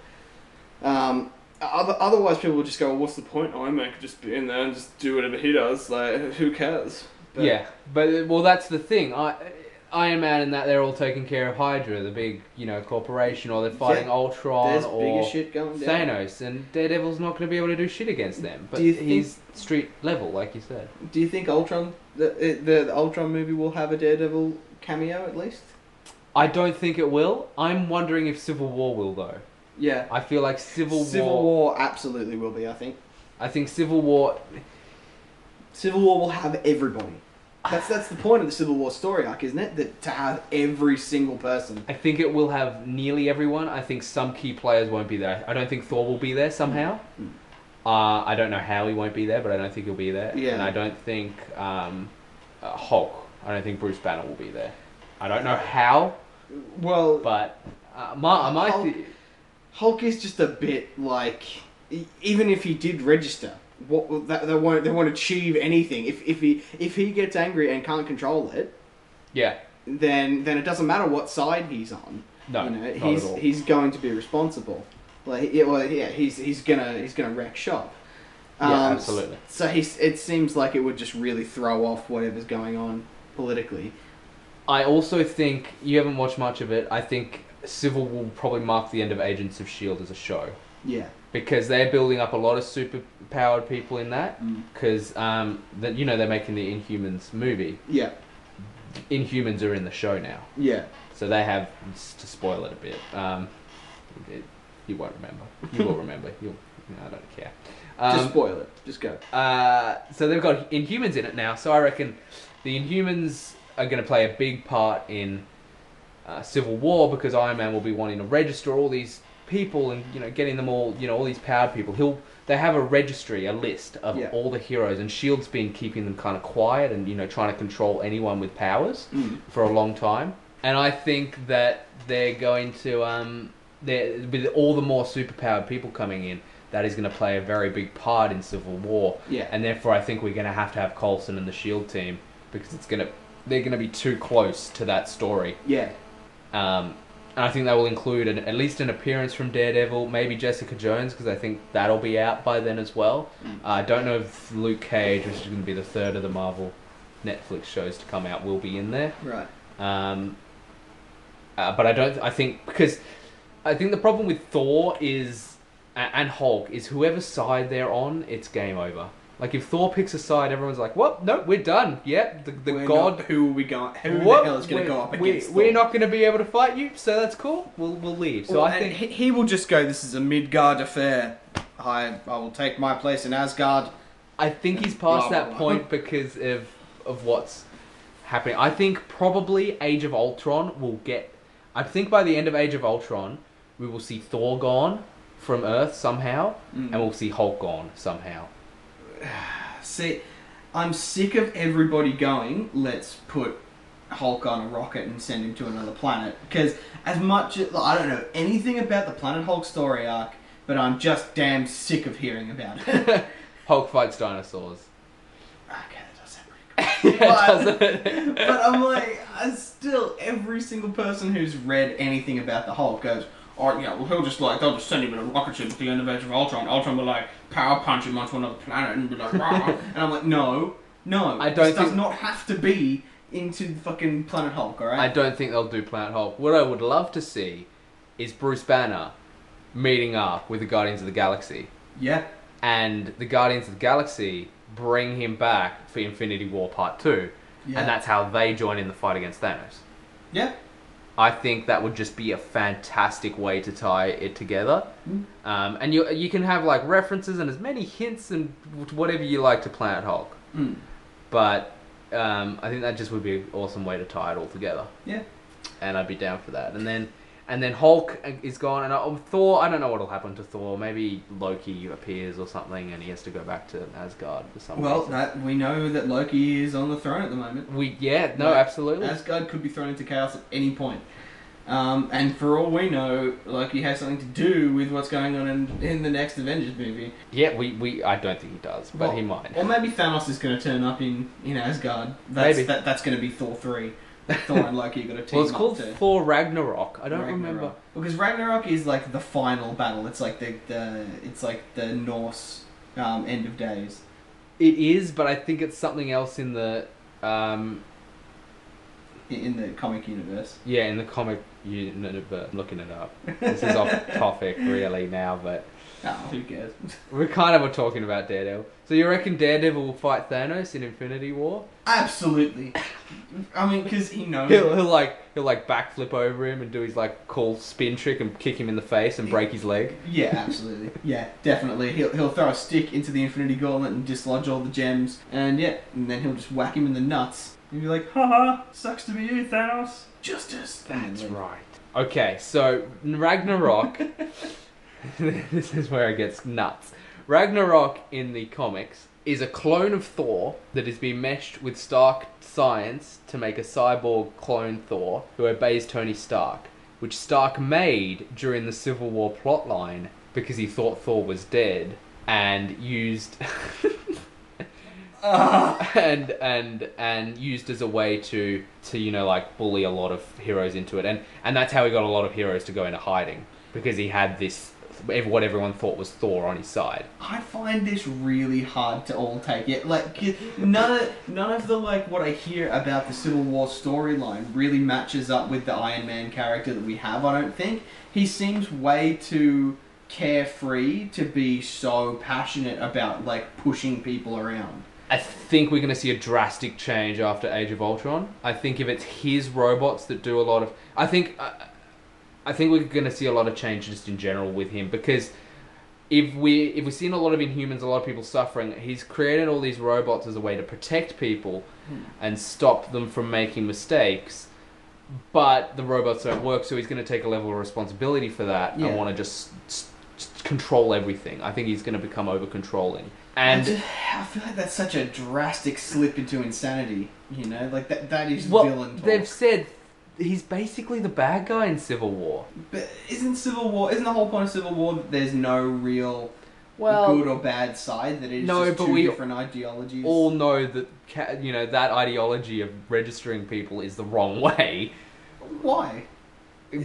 Um, other, otherwise, people would just go, well, what's the point? Iron Man could just be in there and just do whatever he does. Like, who cares? But-
yeah, but well, that's the thing. I, Iron Man and that they're all taking care of Hydra, the big you know corporation, or they're fighting
Yeah,
Ultron
there's
or
bigger shit going down.
Thanos, and Daredevil's not going to be able to do shit against them. But
Do you
he's street level, like you said.
Do you think Ultron, the, uh, the the Ultron movie, will have a Daredevil cameo at least?
I don't think it will. I'm wondering if Civil War will though.
Yeah,
I feel like Civil,
Civil
War,
War absolutely will be. I think
I think Civil War.
Civil War will have everybody. That's that's the point of the Civil War story arc, isn't it? That to have every single person.
I think it will have nearly everyone. I think some key players won't be there. I don't think Thor will be there somehow.
Hmm.
Uh, I don't know how he won't be there, but I don't think he'll be there.
Yeah.
And I don't think um, uh, Hulk. I don't think Bruce Banner will be there. I don't know how,
Well,
but uh, my my
Hulk-
the-
Hulk is just a bit like, e- even if he did register, what that, they won't they won't achieve anything. If if he if he gets angry and can't control it,
yeah.
then then it doesn't matter what side he's on.
No,
you know,
not
he's
at all.
he's going to be responsible. Like yeah, well, yeah, he's he's gonna he's gonna wreck shop. Um,
Yeah, absolutely.
So he's it seems like it would just really throw off whatever's going on politically.
I also think you haven't watched much of it. I think Civil War will probably mark the end of Agents of Shield E as a show.
Yeah.
because they're building up a lot of super powered people in that
Mm.
because um, that you know they're making the Inhumans movie.
Yeah.
Inhumans are in the show now,
Yeah.
so they have s- to spoil it a bit. Um, it, you won't remember. You will remember. You'll. No, I don't care. Um,
just spoil it. Just go.
uh, so they've got Inhumans in it now. So I reckon the Inhumans are going to play a big part in uh, Civil War because Iron Man will be wanting to register all these people and you know getting them all you know all these powered people. He'll they have a registry, a list of
Yeah.
all the heroes, and Shield's E been keeping them kind of quiet and you know trying to control anyone with powers
Mm.
for a long time. And I think that they're going to um, they're, with all the more superpowered people coming in, that is going to play a very big part in Civil War.
Yeah.
And therefore, I think we're going to have to have Coulson and the Shield E team because it's going to they're going to be too close to that story.
Yeah.
Um, and I think that will include an, at least an appearance from Daredevil, maybe Jessica Jones, because I think that'll be out by then as well. Uh, I don't know if Luke Cage, which is going to be the third of the Marvel Netflix shows to come out, will be in there.
Right.
Um, uh, but I don't. I think because I think the problem with Thor is a- and Hulk is whoever side they're on, it's game over. Like if Thor picks a side, everyone's like, "Well, nope, we're done. Yep, the, the
We're
god."
not- who are we going? Who
Whoop,
the hell is going
we're-
to go up
we-
against?
We're,
Thor?
not going to be able to fight you, so that's cool. We'll we'll leave. So
Well,
I
and
think
he, he will just go. This is a Midgard affair. I I will take my place in Asgard.
I think he's
Blah,
past
blah,
that
blah.
point because of of what's happening. I think probably Age of Ultron will get. I think by the end of Age of Ultron, we will see Thor gone from Earth somehow,
Hmm.
and we'll see Hulk gone somehow.
See, I'm sick of everybody going, let's put Hulk on a rocket and send him to another planet. Because as much as I don't know anything about the Planet Hulk story arc, but I'm just damn sick of hearing about it. okay,
Hulk fights dinosaurs. [LAUGHS]
that does sound pretty
Yeah,
What?
doesn't [LAUGHS] it?
cool. but I'm like, I still every single person who's read anything about the Hulk goes. Or yeah, well he'll just like they'll just send him in a rocket ship at the end of Age of Ultron. Ultron will like power punch him onto another planet and be like, "Rah." and I'm like, no, no,
I don't
this does
think-
not have to be into the fucking Planet Hulk, all right?
I don't think they'll do Planet Hulk. What I would love to see is Bruce Banner meeting up with the Guardians of the Galaxy,
Yeah.
and the Guardians of the Galaxy bring him back for Infinity War Part Two,
Yeah.
and that's how they join in the fight against Thanos.
Yeah.
I think that would just be a fantastic way to tie it together, um, and you you can have like references and as many hints and whatever you like to Planet Hulk,
Mm.
but um, I think that just would be an awesome way to tie it all together.
Yeah.
and I'd be down for that. And then and then Hulk is gone, and I, oh, Thor. I don't know what'll happen to Thor. Maybe Loki appears or something, and he has to go back to Asgard for some
Well,
reason.
that we know that Loki is on the throne at the moment.
we yeah no
Yeah.
absolutely
Asgard could be thrown into chaos at any point. Um, and for all we know, Loki has something to do with what's going on in, in the next Avengers movie.
yeah we, we I don't think he does, but
Well,
he might.
Or maybe Thanos is going to turn up in, in Asgard. That's,
Maybe.
That, that's going to be Thor 3. Thor and Loki got to team
Well, it's
up
called
to
Thor Ragnarok. I don't
Ragnarok.
remember.
Because Ragnarok is like the final battle. It's like the, the it's like the Norse um, end of days.
It is, but I think it's something else in the um
in the comic universe.
yeah in the comic universe. I'm looking it up. This is
[LAUGHS]
off topic really now, but
Oh, who
[LAUGHS]
cares?
we kind of were talking about Daredevil. So you reckon Daredevil will fight Thanos in Infinity War?
Absolutely. I mean, because he knows. [LAUGHS]
[LAUGHS] He'll, he'll like he'll like backflip over him and do his like cool spin trick and kick him in the face and break his leg.
Yeah, absolutely. Yeah, definitely. He'll, he'll throw a stick into the Infinity Gauntlet and dislodge all the gems, and yeah, and then he'll just whack him in the nuts. And be like, haha, sucks to be you, Thanos. Justice. That's
right. Okay, so Ragnarok. [LAUGHS] this is where it gets nuts. Ragnarok in the comics is a clone of Thor that has been meshed with Stark science to make a cyborg clone Thor who obeys Tony Stark, which Stark made during the Civil War plotline because he thought Thor was dead and used. [LAUGHS] and and and used as a way to to you know like bully a lot of heroes into it and and that's how he got a lot of heroes to go into hiding because he had this ev- what everyone thought was Thor on his side.
I find this really hard to all take it. Like 'cause none of none of the like what I hear about the Civil War storyline really matches up with the Iron Man character that we have. I don't think he seems way too carefree to be so passionate about like pushing people around.
I think we're going to see a drastic change after Age of Ultron. I think if it's his robots that do a lot of, I think, uh, I think we're going to see a lot of change just in general with him because if we if we're seeing a lot of Inhumans, a lot of people suffering, he's created all these robots as a way to protect people and stop them from making mistakes. But the robots don't work, so he's going to take a level of responsibility for that
Yeah.
and want to just s- s- control everything. I think he's going to become over controlling
I,
and.
just- I feel like that's such a drastic slip into insanity. You know, like that that is
Well,
villain talk.
they've said he's basically the bad guy in Civil War.
But isn't Civil War? Isn't the whole point of Civil War that there's no real good or bad side? That it's
No,
just
but
two
we
different ideologies.
all know that ca- you know that ideology of registering people is the wrong way
Why?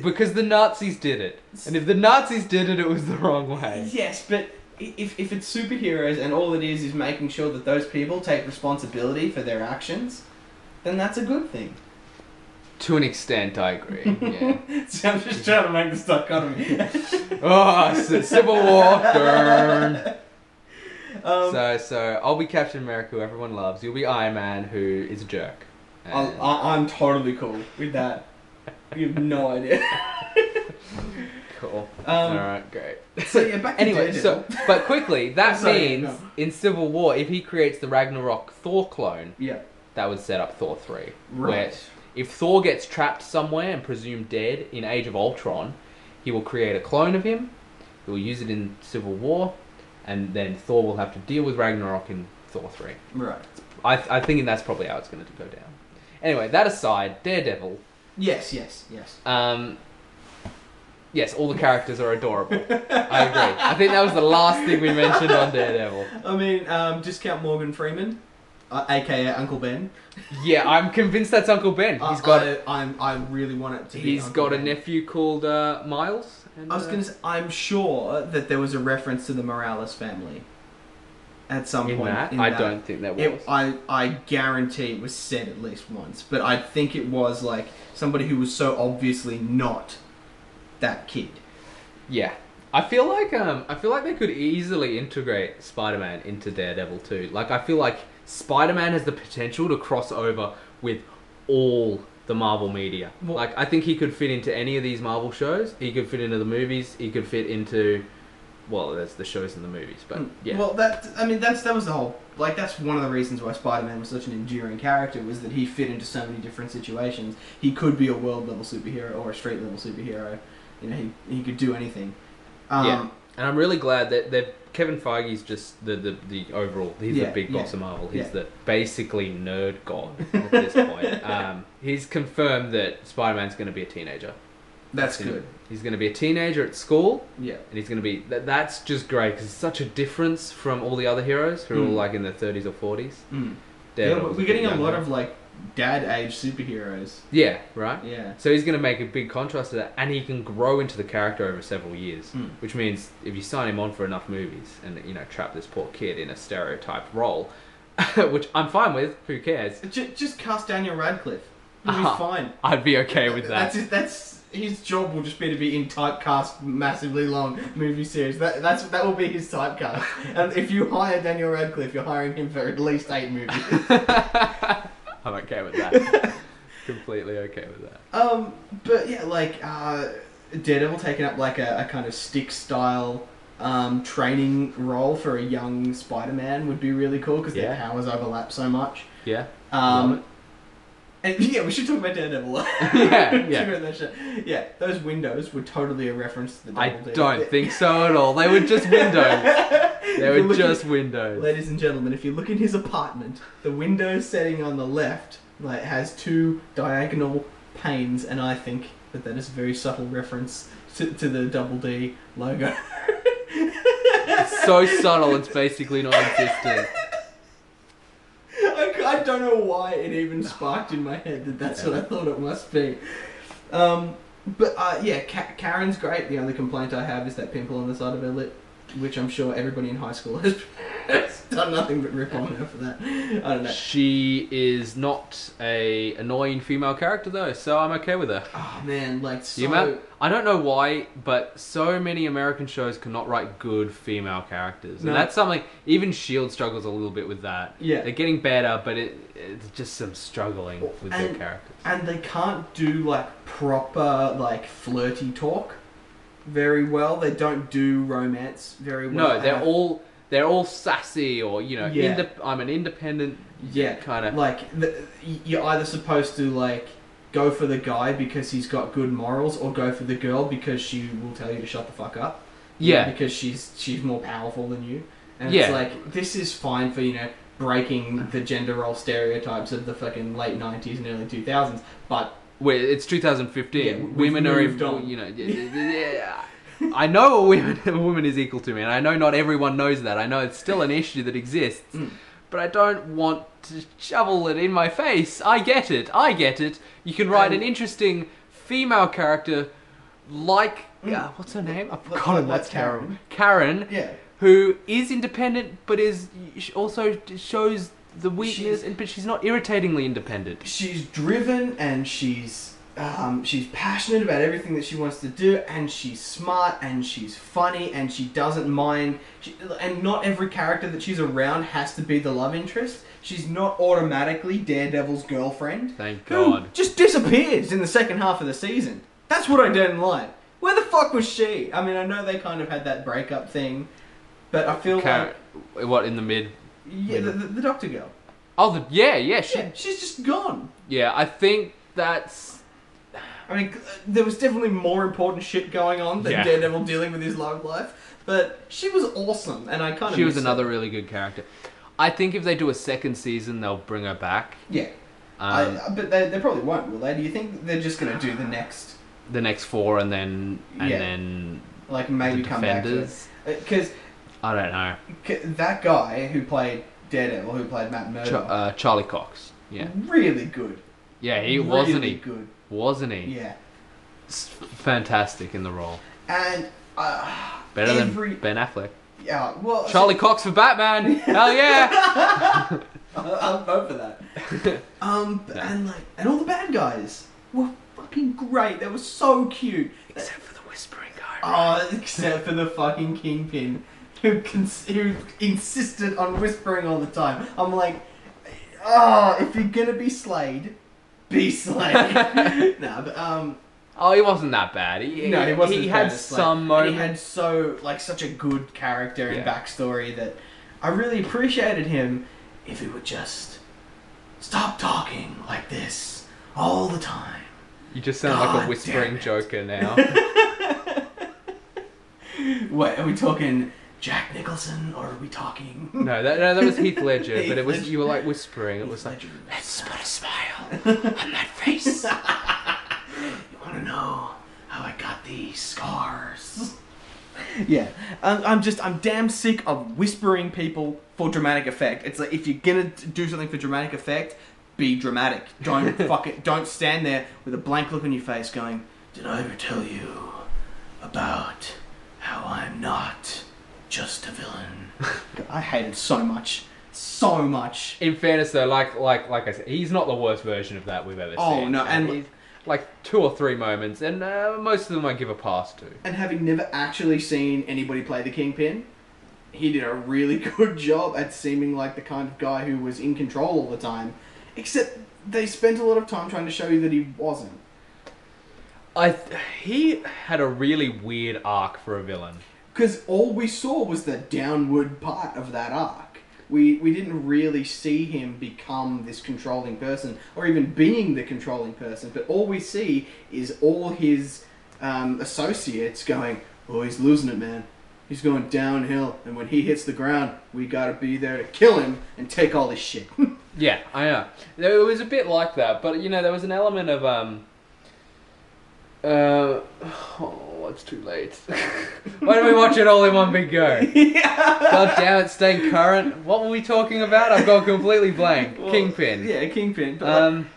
because the Nazis did it, and if the Nazis did it, it was the wrong way.
Yes, but i- if if it's superheroes and all it is is making sure that those people take responsibility for their actions, then that's a good thing. [LAUGHS]
To an extent, I agree. Yeah.
so I'm just trying to make this dichotomy.
oh, c- Civil War.
[LAUGHS]
Darn.
um,
So, so I'll be Captain America, who everyone loves. You'll be Iron Man, who is a jerk.
I,
And-
I, I'm totally cool with that. You have no idea.
cool.
Um,
All right, great.
so yeah, back to
[LAUGHS] anyway, so
Daredevil. [LAUGHS]
but quickly, that
Sorry,
means
no.
in Civil War, if he creates the Ragnarok Thor clone,
yeah,
that would set up Thor three. Where
Right.
if Thor gets trapped somewhere and presumed dead in Age of Ultron, he will create a clone of him. He will use it in Civil War, and then Thor will have to deal with Ragnarok in Thor three.
right.
I, I think that's probably how it's going to go down. Anyway, that aside, Daredevil.
Yes, yes, yes.
Um, yes, all the characters are adorable. I agree. I think that was the last thing we mentioned on Daredevil.
I mean, um, discount Morgan Freeman, uh, aka Uncle Ben.
Yeah, I'm convinced that's Uncle Ben.
I-
He's got
I,
a,
I'm, I really want it to be.
he's
uh, Uncle
got a
Ben.
nephew called uh, Miles. And,
I was
uh,
gonna. Say, I'm sure that there was a reference to the Morales family. At some
in
point,
that.
in
I
that.
don't think that was.
It, I I guarantee it was said at least once, but I think it was like somebody who was so obviously not that kid.
Yeah. I feel like um I feel like they could easily integrate Spider-Man into Daredevil too. Like I feel like Spider-Man has the potential to cross over with all the Marvel media.
Well-
like I think he could fit into any of these Marvel shows. He could fit into the movies. He could fit into well, that's the shows and the movies, but
Mm.
yeah.
Well, that I mean, that's that was the whole like that's one of the reasons why Spider-Man was such an enduring character was that he fit into so many different situations. He could be a world level superhero or a street level superhero. You know, he he could do anything. Um,
Yeah. and I'm really glad that that Kevin Feige's just the the, the overall. He's
Yeah,
the big
yeah,
boss of Marvel. He's
yeah.
the basically nerd
[LAUGHS]
god at this point. Um, he's confirmed that Spider-Man's going to be a teenager.
that's
He's-
good.
He's going to be a teenager at school,
Yeah.
and he's going to be. That, that's just great because it's such a difference from all the other heroes who are all
Mm.
like in their 30s or 40s.
Mm. Yeah,
Daredevil
we're
was bit
getting a
younger.
lot of like dad age superheroes.
Yeah, right?
Yeah.
So he's going to make a big contrast to that, and he can grow into the character over several years,
Mm.
which means if you sign him on for enough movies and, you know, trap this poor kid in a stereotyped role, [LAUGHS] which I'm fine with, who cares?
Just, just cast Daniel Radcliffe. He'll be
Ah,
fine.
I'd be okay with that.
That's his, that's his job will just be to be in typecast massively long movie series. That that's that will be his
[LAUGHS]
typecast. and if you hire Daniel Radcliffe, you're hiring him for at least eight movies.
I'm okay with
[LAUGHS]
that. Completely okay with that.
um, but yeah, like uh, Daredevil taking up like a, a kind of stick style. Um, training role for a young Spider-Man would be really cool because their
Yeah.
powers overlap so much.
Yeah? Love
Um,
it. [LAUGHS]
and yeah, we should talk about Daredevil. [LAUGHS]
Yeah,
We should
yeah.
talk about that shit. yeah. Those windows were totally a reference to the.
I
Double D.
don't think so at all. They were just windows.
[LAUGHS] If
They
you
were
look
just
at-
windows.
ladies and gentlemen, if you look in his apartment, the window setting on the left like has two diagonal panes, and I think that that is a very subtle reference to, to the Double D logo. [LAUGHS]
It's so subtle, it's
[LAUGHS]
basically non-existent.
I, c- I don't know why it even sparked in my head that that's what I thought it must be. Um, but uh, yeah, Ka- Karen's great. The only complaint I have is that pimple on the side of her lip, which I'm sure everybody in high school [LAUGHS] has has done nothing but rip on her for that. I don't know.
She is not a annoying female character though, so I'm okay with her.
Oh man, like so.
The amount- I don't know why, but so many American shows cannot write good female characters, and
No.
that's something. Even Shield E struggles a little bit with that.
Yeah.
they're getting better, but it, it's just some struggling with their
And-
characters.
and they can't do like proper like flirty talk very well. They don't do romance very well.
No,
And
they're
I-
all they're all sassy or you know,
Yeah.
indep- I'm an independent.
Yeah,
kind of.
like the, you're either supposed to like go for the guy because he's got good morals, or go for the girl because she will tell you to shut the fuck up.
Yeah,
because she's she's more powerful than you, and
Yeah.
it's like this is fine for you know breaking the gender role stereotypes of the fucking late '90s and early 2000s, but
Where it's 2015.
Yeah, we've
women are,
moved on.
you know, yeah, yeah, yeah. I know a woman, [LAUGHS] a woman is equal to me, and I know not everyone knows that. I know it's still an issue that exists,
Mm.
but I don't want to shovel it in my face. I get it. I get it. You can write an
And-
interesting female character like. Yeah, what's her name? I've
Let-
forgotten.
let's
That's Karen. Karen.
Mm. Yeah.
Who is independent, but is also shows the weakness, and but she's not irritatingly independent.
she's driven and she's um, she's passionate about everything that she wants to do and she's smart and she's funny and she doesn't mind she, and not every character that she's around has to be the love interest she's not automatically daredevil's girlfriend
Thank
who
God.
just disappears in the second half of the season that's what i didn't like where the fuck was she i mean i know they kind of had that breakup thing but i feel
Karen, what in the mid?
like yeah, the, the, the doctor girl
Oh, the, yeah, yeah, she,
yeah,
yeah.
she's just gone
I think that's
I mean, uh, there was definitely more important shit going on than
Yeah.
Daredevil dealing with his love life, but she was awesome, and I kind of
she was another really good character. I think if they do a second season, they'll bring her back.
yeah.
Um,
I, uh, but they, they probably won't, will they? Do you think they're just going to do the next,
the next four, and then and
Yeah.
then
like
the
maybe come back to
defenders.
Because
I don't know.
that guy who played Daredevil, who played Matt
Ch-
Murdock,
uh, Charlie Cox. Yeah,
really good.
yeah, he
really
wasn't he?
good.
Wasn't he?
Yeah.
S- fantastic in the role.
And uh,
Better
Every-
than Ben Affleck.
yeah, well, so-
Charlie Cox
[LAUGHS]
for Batman. Hell yeah!
I- I'll vote for that. [LAUGHS] um,
No.
and like, and all the bad guys were fucking great. They were so cute.
Except for the Whispering Guy.
Oh, except for the fucking kingpin, who cons- who insisted on whispering all the time. I'm like, oh, if you're gonna be slayed, be [LAUGHS] slayed. nah, but um,
Oh, he wasn't that bad. He,
no, he wasn't.
He
as
had
bad as Slade.
some
And He
moments.
had so like such a good character and
Yeah.
backstory that I really appreciated him. If he would just stop talking like this all the time.
You just sound like
God
a whispering
damn it.
Joker now.
Wait, are we talking Jack Nicholson or are we talking?
no, that, no, that was Heath Ledger,
Heath
but it was
Ledger.
you were like whispering. It was like,
Ledger.
let's put a smile [LAUGHS] on that
[LAUGHS]
face.
You want to know how I got these scars? Yeah, I'm, I'm just I'm damn sick of whispering people for dramatic effect. It's like if you're gonna t- do something for dramatic effect, be dramatic. [LAUGHS] Don't fuck it. Don't stand there with a blank look on your face, going, "Did I ever tell you about how I'm not just a [LAUGHS] villain?" God, I hate it so much, so much.
In fairness, though, like like like I said, he's not the worst version of that we've ever
Oh,
seen.
no, and-
he's- like two or three moments, and uh, most of them I give a pass to.
and having never actually seen anybody play the Kingpin, he did a really [LAUGHS] good job at seeming like the kind of guy who was in control all the time. Except they spent a lot of time trying to show you that he wasn't.
I he had a really weird arc for a villain.
Because all we saw was the downward part of that arc. We, we didn't really see him become this controlling person, or even being the controlling person, but all we see is all his um, associates going, Oh, he's losing it, man. He's going downhill, and when he hits the ground, we gotta be there to kill him and take all his shit. [LAUGHS]
Yeah, I know. There- It was a bit like that, but you know, there was an element of um. Uh, [SIGHS] oh, it's too late. [LAUGHS] Why don't we watch it all in one big go? God damn it, stay current. What were we talking about? I've gone completely blank. Kingpin.
Yeah, Kingpin. But
Uh,
like,
Um,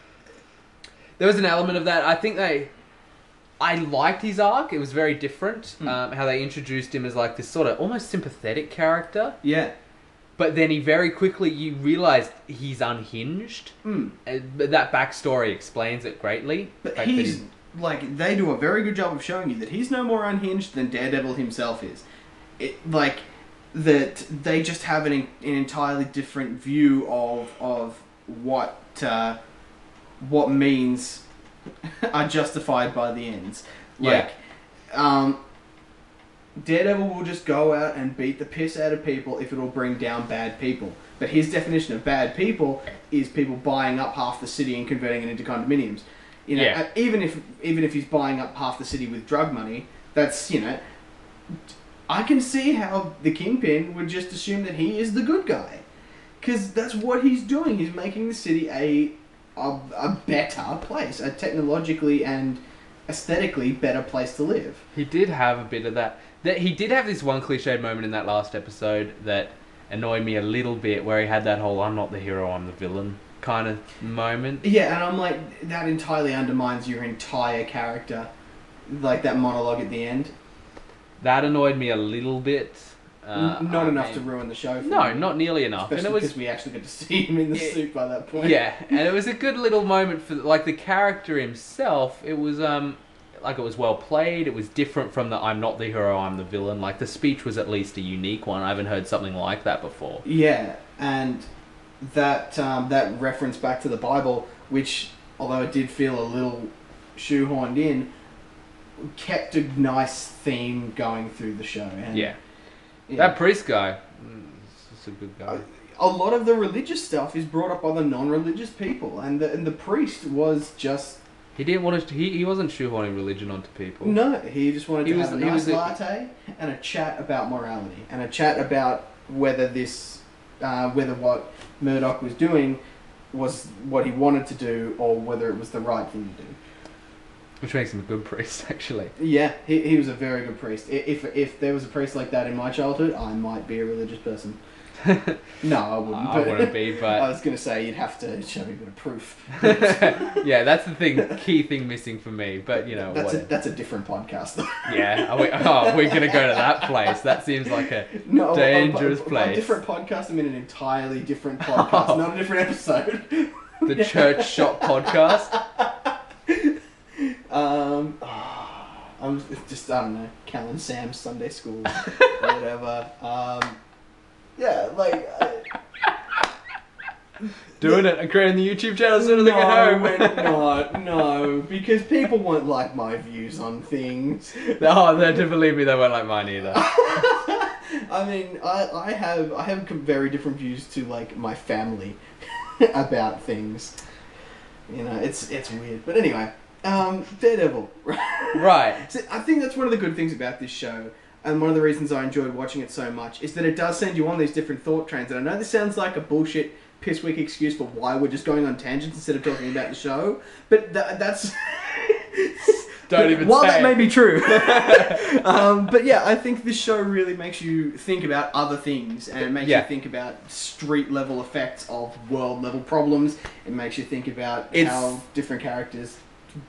there was an element of that. I think they. I liked his arc. It was very different. Um, how they introduced him as like this sort of almost sympathetic character,
yeah.
but then he very quickly you realized he's unhinged.
Hmm.
And- but that backstory explains it greatly. The
But
fact that
he's like they do a very good job of showing you that he's no more unhinged than Daredevil himself is. It like that they just have an, an entirely different view of of what uh, what means [LAUGHS] are justified by the ends. Like um Daredevil will just go out and beat the piss out of people if it'll bring down bad people. But his definition of bad people is people buying up half the city and converting it into condominiums. You know,
Yeah.
uh, even if even if he's buying up half the city with drug money, that's you know, I can see how the kingpin would just assume that he is the good guy, because that's what he's doing. He's making the city a a, a better place, a technologically and aesthetically better place to live.
He did have a bit of that. That he did have this one cliched moment in that last episode that annoyed me a little bit, where he had that whole "I'm not the hero, I'm the villain" kind of moment.
Yeah, and I'm like, that entirely undermines your entire character. Like that monologue at the end.
That annoyed me a little bit. Uh,
N- not
I
enough to
mean-
ruin the show for
No,
me,
not nearly enough.
Especially
and it was
because we actually got to [LAUGHS] see him in the
Yeah.
suit by that point.
yeah, and it was a good little moment for like the character himself. It was um like it was well played. It was different from the "I'm not the hero, I'm the villain." Like the speech was at least a unique one. I haven't heard something like that before.
Yeah, and that um, that reference back to the Bible, which although it did feel a little shoehorned in, kept a nice theme going through the show. And
Yeah.
yeah.
That priest guy. mm, That's a good guy.
a lot of the religious stuff is brought up by the non-religious people, and the and the priest was just
He didn't want to. He, he wasn't shoehorning religion onto people.
No, he just wanted
He
to
was-
have a
he
nice
was a-
latte and a chat about morality and a chat about whether this, uh, whether what Murdoch was doing was what he wanted to do or whether it was the right thing to do.
Which makes him a good priest, [LAUGHS] actually.
Yeah, he, he was a very good priest. I- If if there was a priest like that in my childhood, I might be a religious
[LAUGHS]
person. No, I wouldn't.
I
but- [LAUGHS]
wouldn't be, [LAUGHS]
I
but
was gonna say you'd have to show me a bit of proof.
yeah, that's the thing, key thing missing for me. But you know,
that's a,
what?
that's a different podcast. Though.
Yeah, are we, oh, we're gonna go to that place. That seems like a
No,
dangerous
a,
place.
A different podcast. I'm in an entirely different podcast, not a different episode. [LAUGHS]
the church shop podcast.
Um, [SIGHS] I'm just I don't know. Callan Sam's Sunday School, whatever. Um, yeah, like. I,
Doing it and creating the YouTube channel as soon as I
we're
get home.
not, no, because people won't like my views on things.
oh, they do believe me, they won't like mine either.
I mean, I, I have I have com- very different views to like my family [LAUGHS] about things. You know, it's it's weird, but anyway, um, Daredevil. [LAUGHS]
Right.
So I think that's one of the good things about this show, and one of the reasons I enjoyed watching it so much is that it does send you on these different thought trains. And I know this sounds like a bullshit pisswick excuse for why we're just going on tangents instead of talking about the show, but tha- that's.
[LAUGHS] Don't even
While
say
that
it.
may be
[LAUGHS]
true, um, but yeah, I think this show really makes you think about other things, and it makes
Yeah.
you think about street level effects of world level problems. It makes you think about
It's-
how different characters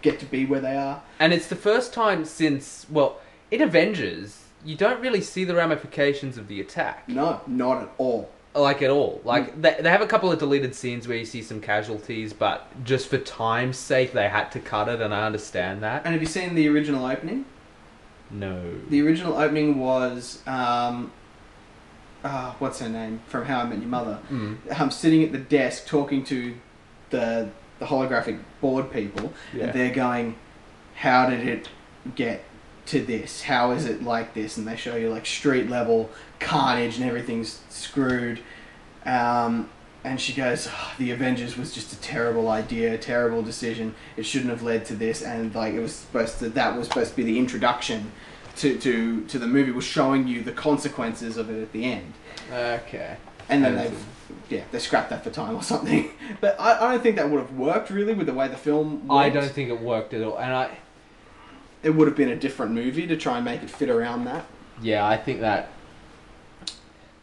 get to be where they are.
And it's the first time since, well, in Avengers, you don't really see the ramifications of the attack.
No, Mm. not at all.
Like at all. Like they, they have a couple of deleted scenes where you see some casualties, but just for time's sake, they had to cut it, and I understand that.
And have you seen the original opening?
No.
The original opening was, um, ah, what's her name from How I Met Your Mother?
Mm.
I'm sitting at the desk talking to the the holographic board people,
Yeah.
and they're going, "How did it get to this? How is it like this?" And they show you like street level carnage and everything's screwed. Um, and she goes, "Ugh, "The Avengers was just a terrible idea, a terrible decision. It shouldn't have led to this." And like it was supposed to, that was supposed to be the introduction to to to the movie, was showing you the consequences of it at the end
Okay.
and then
And-
they've yeah they scrapped that for time or something. [LAUGHS] But I, I don't think that would have worked really with the way the film.
I
went.
don't think it worked at all, and I.
It would have been a different movie to try and make it fit around that.
Yeah, I think that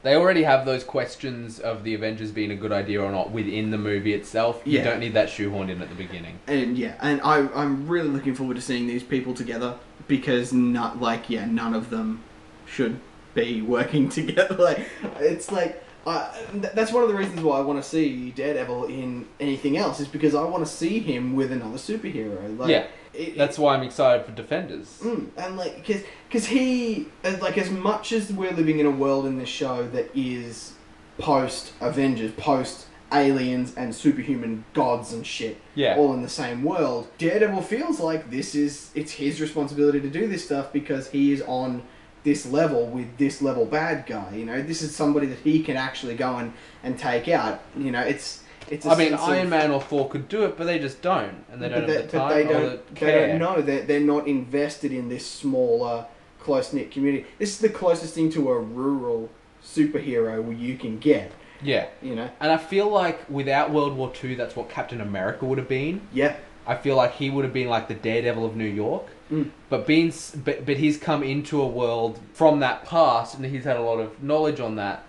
they already have those questions of the Avengers being a good idea or not within the movie itself.
Yeah.
You don't need that shoehorned in at the beginning.
And yeah, and I I'm really looking forward to seeing these people together because not like yeah none of them should be [LAUGHS] working together. Like it's like. I, th- that's one of the reasons why I want to see Daredevil in anything else is because I want to see him with another superhero. Like,
Yeah,
it-
That's why I'm excited for Defenders.
Mm, and like, because because he as- like as much as we're living in a world in this show that is post Avengers, post aliens and superhuman gods and shit,
Yeah.
all in the same world. Daredevil feels like this is it's his responsibility to do this stuff because he is on this level with this level bad guy. You know, this is somebody that he can actually go and and take out. You know, it's it's. a
I mean,
sense of-
Iron Man or Thor could do it, but they just don't, and they don't
but
have the
but
time
they
or
don't,
the
they
care.
don't know. They're, they're not invested in this smaller, close knit community. This is the closest thing to a rural superhero where you can get.
Yeah,
You know?
and I feel like without World War Two, that's what Captain America would have been.
Yeah.
I feel like he would have been like the Daredevil of New York.
Mm.
But being, s- but, but he's come into a world from that past, and he's had a lot of knowledge on that,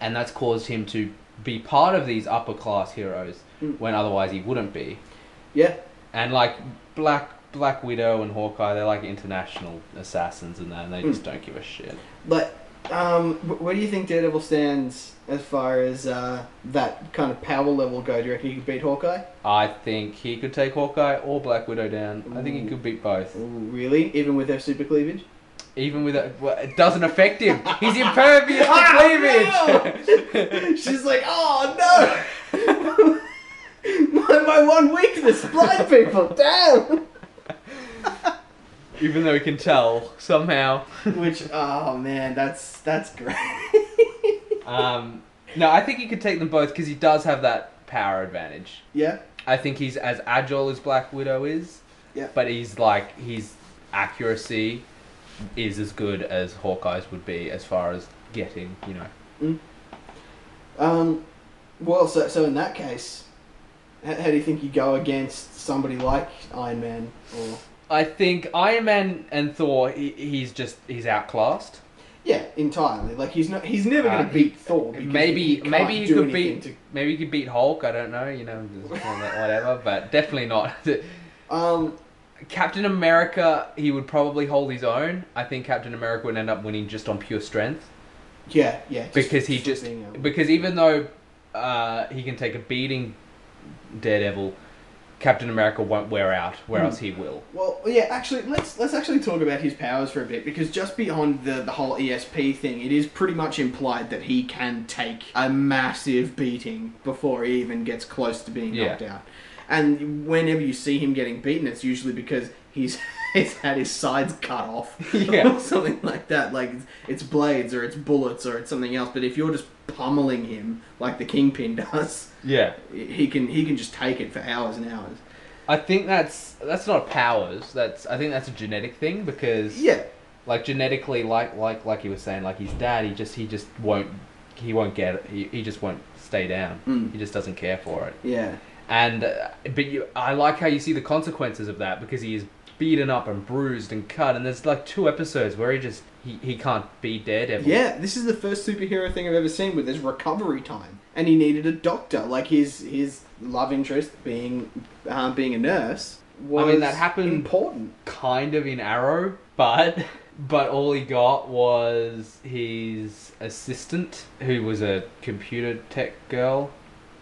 and that's caused him to be part of these upper class heroes
Mm.
when otherwise he wouldn't be.
Yeah.
And like Black Black Widow and Hawkeye, they're like international assassins and that, and they just don't give a shit.
But um, wh- where do you think Daredevil stands as far as uh, that kind of power level go? Do you reckon he could beat Hawkeye?
I think he could take Hawkeye or Black Widow down. I think he
Ooh.
could beat both,
Ooh, really? Even with their super cleavage?
even with a, well, it doesn't affect him. He's impervious to cleavage.
She's like, oh no! [LAUGHS] my, my one weakness, blind people, damn!
[LAUGHS] Even though we can tell somehow.
Which oh man, that's that's great. [LAUGHS]
Um, no, I think he could take them both because he does have that power advantage.
yeah,
I think he's as agile as Black Widow is,
Yeah.
but he's like his accuracy is as good as Hawkeye's would be as far as getting, you know.
um, Well, so so in that case, how, how do you think you go against somebody like Iron Man? Or
I think Iron Man and Thor, he, he's just he's outclassed.
yeah, entirely. Like he's not. He's never going
Uh,
to beat Thor. Because
Maybe
he
maybe you
do
could
anything
beat maybe you could beat Hulk. I don't know, you know, [LAUGHS] just whatever. But definitely not. [LAUGHS]
To, um,
Captain America, he would probably hold his own. I think Captain America would end up winning just on pure strength
yeah, yeah. just-
because he
for
just
being a-
because even though uh, he can take a beating, Daredevil, Captain America won't wear out,
Hmm.
whereas he will.
Well, yeah, actually, let's let's actually talk about his powers for a bit because just beyond the the whole ESP thing, it is pretty much implied that he can take a massive beating before he even gets close to being
Yeah.
knocked out. And whenever you see him getting beaten, it's usually because he's [LAUGHS] he's had his sides cut off,
[LAUGHS] Yeah.
or something like that. Like it's, it's blades or it's bullets or it's something else. But if you're just pummeling him like the Kingpin [LAUGHS] does,
Yeah,
he can he can just take it for hours and hours.
I think that's that's not powers. That's I think that's a genetic thing because
Yeah.
like genetically, like like like he was saying, like his dad, he just he just won't he won't get it. He, he just won't stay down.
Mm.
He just doesn't care for it.
Yeah.
And uh, but you, I like how you see the consequences of that because he is beaten up and bruised and cut. And there's like two episodes where he just he, he can't be Daredevil.
Yeah, this is the first superhero thing I've ever seen where there's recovery time, and he needed a doctor. Like his his love interest being um, being a nurse. Was
mean, that happened-
Important.
kind of in Arrow, but but all he got was his assistant, who was a computer tech girl,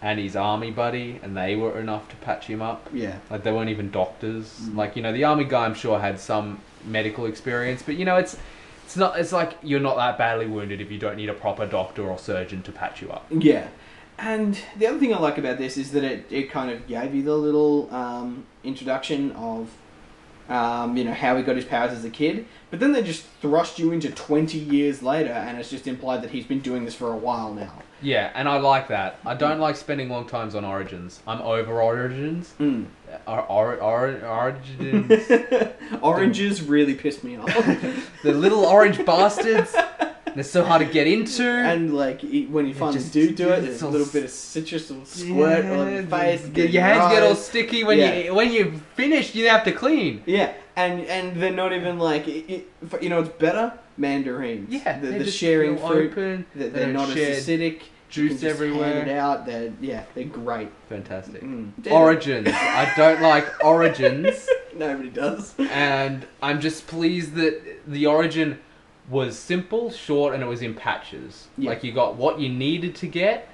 and his army buddy, and they were enough to patch him up.
Yeah.
Like they weren't even doctors. Like you know, the army guy I'm sure had some medical experience, but you know it's it's not it's like you're not that badly wounded if you don't need a proper doctor or surgeon to patch you up.
Yeah. And the other thing I like about this is that it, it kind of gave you the little um, introduction of, um, you know, how he got his powers as a kid. But then they just thrust you into 20 years later, and it's just implied that he's been doing this for a while now.
Yeah, and I like that. I don't like spending long times on origins. I'm over origins. Uh,
Mm.
Or, or, or, origins.
[LAUGHS]
[LAUGHS]
Oranges really pissed me off.
the little orange bastards. They're so hard to get into.
And like it, when you finally
just-
do do it,
it's
there's a
all
little
s-
bit of citrus will squirt on your face.
the-
get
your hands get all
eyes.
sticky when
Yeah.
you when you finish. You have to clean.
Yeah, and and they're not even like it, it, for- you know it's better mandarins.
Yeah,
the,
they're
the
just
sharing
feel
fruit.
open,
that
they
they're
don't
not
shed
as acidic. you
juice
can just
everywhere.
Hand it out. They're yeah, they're great.
Fantastic.
Mm.
Origins. I don't like origins,
Nobody does. [LAUGHS]
and I'm just pleased that the origin was simple, short, and it was in patches.
Yeah.
Like you got what you needed to get.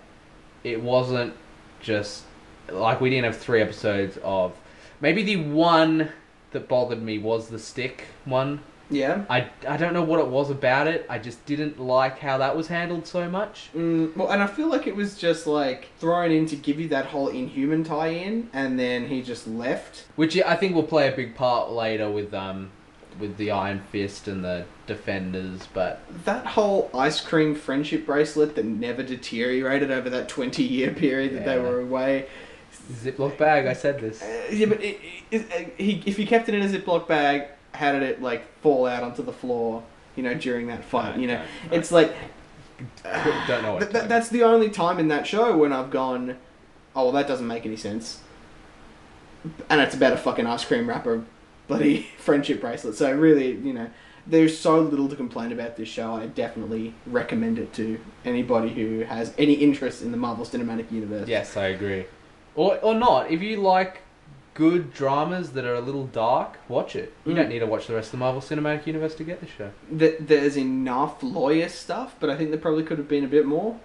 It wasn't just like we didn't have three episodes of. Maybe the one that bothered me was the stick one.
Yeah.
I, I don't know what it was about it. I just didn't like how that was handled so much.
Mm, well, and I feel like it was just like thrown in to give you that whole Inhuman tie-in, and then he just left.
Which I think will play a big part later with um with the Iron Fist and the Defenders, but
That whole ice cream friendship bracelet that never deteriorated over that 20 year period that they
Yeah.
were away.
Ziploc bag, I said this.
Uh, yeah, but it, it, it, uh, he, if he kept it in a Ziploc bag, how did it, like, fall out onto the floor, you know, during that fight?
No,
you know,
no, no.
it's like,
don't know what
th-
it
th-
is.
that's the only time in that show when I've gone, oh, well, that doesn't make any sense. And it's about a fucking ice cream wrapper, bloody [LAUGHS] friendship bracelet. So, really, you know, there's so little to complain about this show. I definitely recommend it to anybody who has any interest in the Marvel Cinematic Universe.
Yes, I agree. Or or not. If you like good dramas that are a little dark, watch it. You
Mm.
don't need to watch the rest of the Marvel Cinematic Universe to get this show.
Th- there's enough lawyer stuff, but I think there probably could have been a bit more.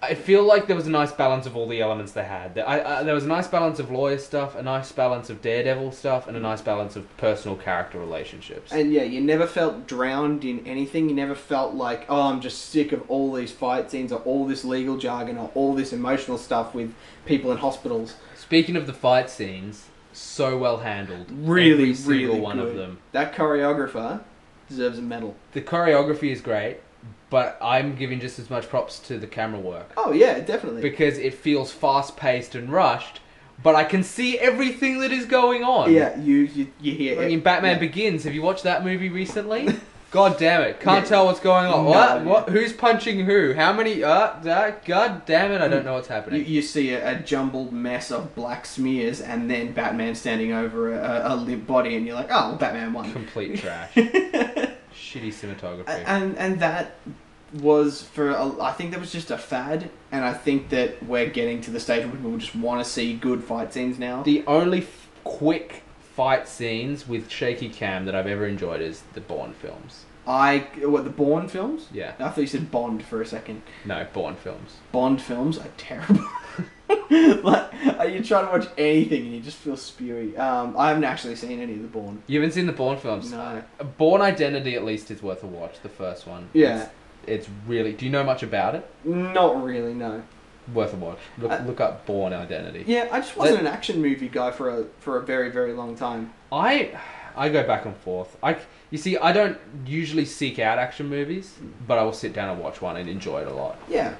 I feel like there was a nice balance of all the elements they had. There, I, I, there was a nice balance of lawyer stuff, a nice balance of Daredevil stuff, and a nice balance of personal character relationships.
And yeah, you never felt drowned in anything. You never felt like, oh, I'm just sick of all these fight scenes or all this legal jargon or all this emotional stuff with people in hospitals.
Speaking of the fight scenes, so well handled.
Really,
Every single
really
one of
good.
them.
That choreographer deserves a medal.
The choreography is great, but I'm giving just as much props to the camera work
Oh yeah, definitely.
because it feels fast paced and rushed. But I can see everything that is going on.
yeah, you you, you hear
I
it.
mean, Batman
Yeah. [LAUGHS]
Begins. Have you watched that movie recently? God damn it! Can't
Yeah.
tell what's going on. what?
No.
What? Who's punching who? How many? Uh, that? God damn it! I don't know what's
You,
happening.
you see a, a jumbled mess of black smears, and then Batman standing over a, a, a limp body, and you're like, "Oh, Batman
[LAUGHS]
won." [LAUGHS]
Complete trash. Shitty cinematography.
and and that was for a, I think that was just a fad, and I think that we're getting to the stage where people just want to see good fight scenes now.
the only f- quick fight scenes with shaky cam that I've ever enjoyed is the Bourne films.
I what the Bourne films?
Yeah.
I thought you said Bond for a second.
No, Bourne films.
Bond films are terrible. [LAUGHS] like uh, you try to watch anything and you just feel spewy. Um, I haven't actually seen any of the Bourne.
You haven't seen the Bourne films.
No.
Born Identity at least is worth a watch. The first one.
Yeah.
It's, it's really. Do you know much about it?
Not really. No.
Worth a watch. Look,
Uh,
look up Born Identity.
Yeah, I just wasn't an action movie guy for a for a very very long time.
I I go back and forth. I c- you see, I don't usually seek out action movies, but I will sit down and watch one and enjoy it a lot.
Yeah.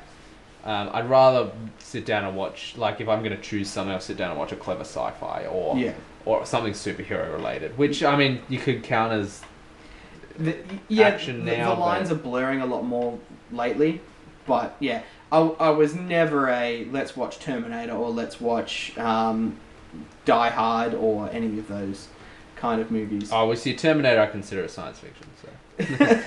Um, I'd rather sit down and watch like if I'm going to choose something, I'll sit down and watch a clever sci-fi or
Yeah.
or something superhero related. Which I mean, you could count as
The, yeah,
Action
the,
now,
the lines
but-
are blurring a lot more lately, but yeah, I, I was never a let's watch Terminator or let's watch um, Die Hard or any of those kind of movies.
oh, we see Terminator. I consider it science fiction. So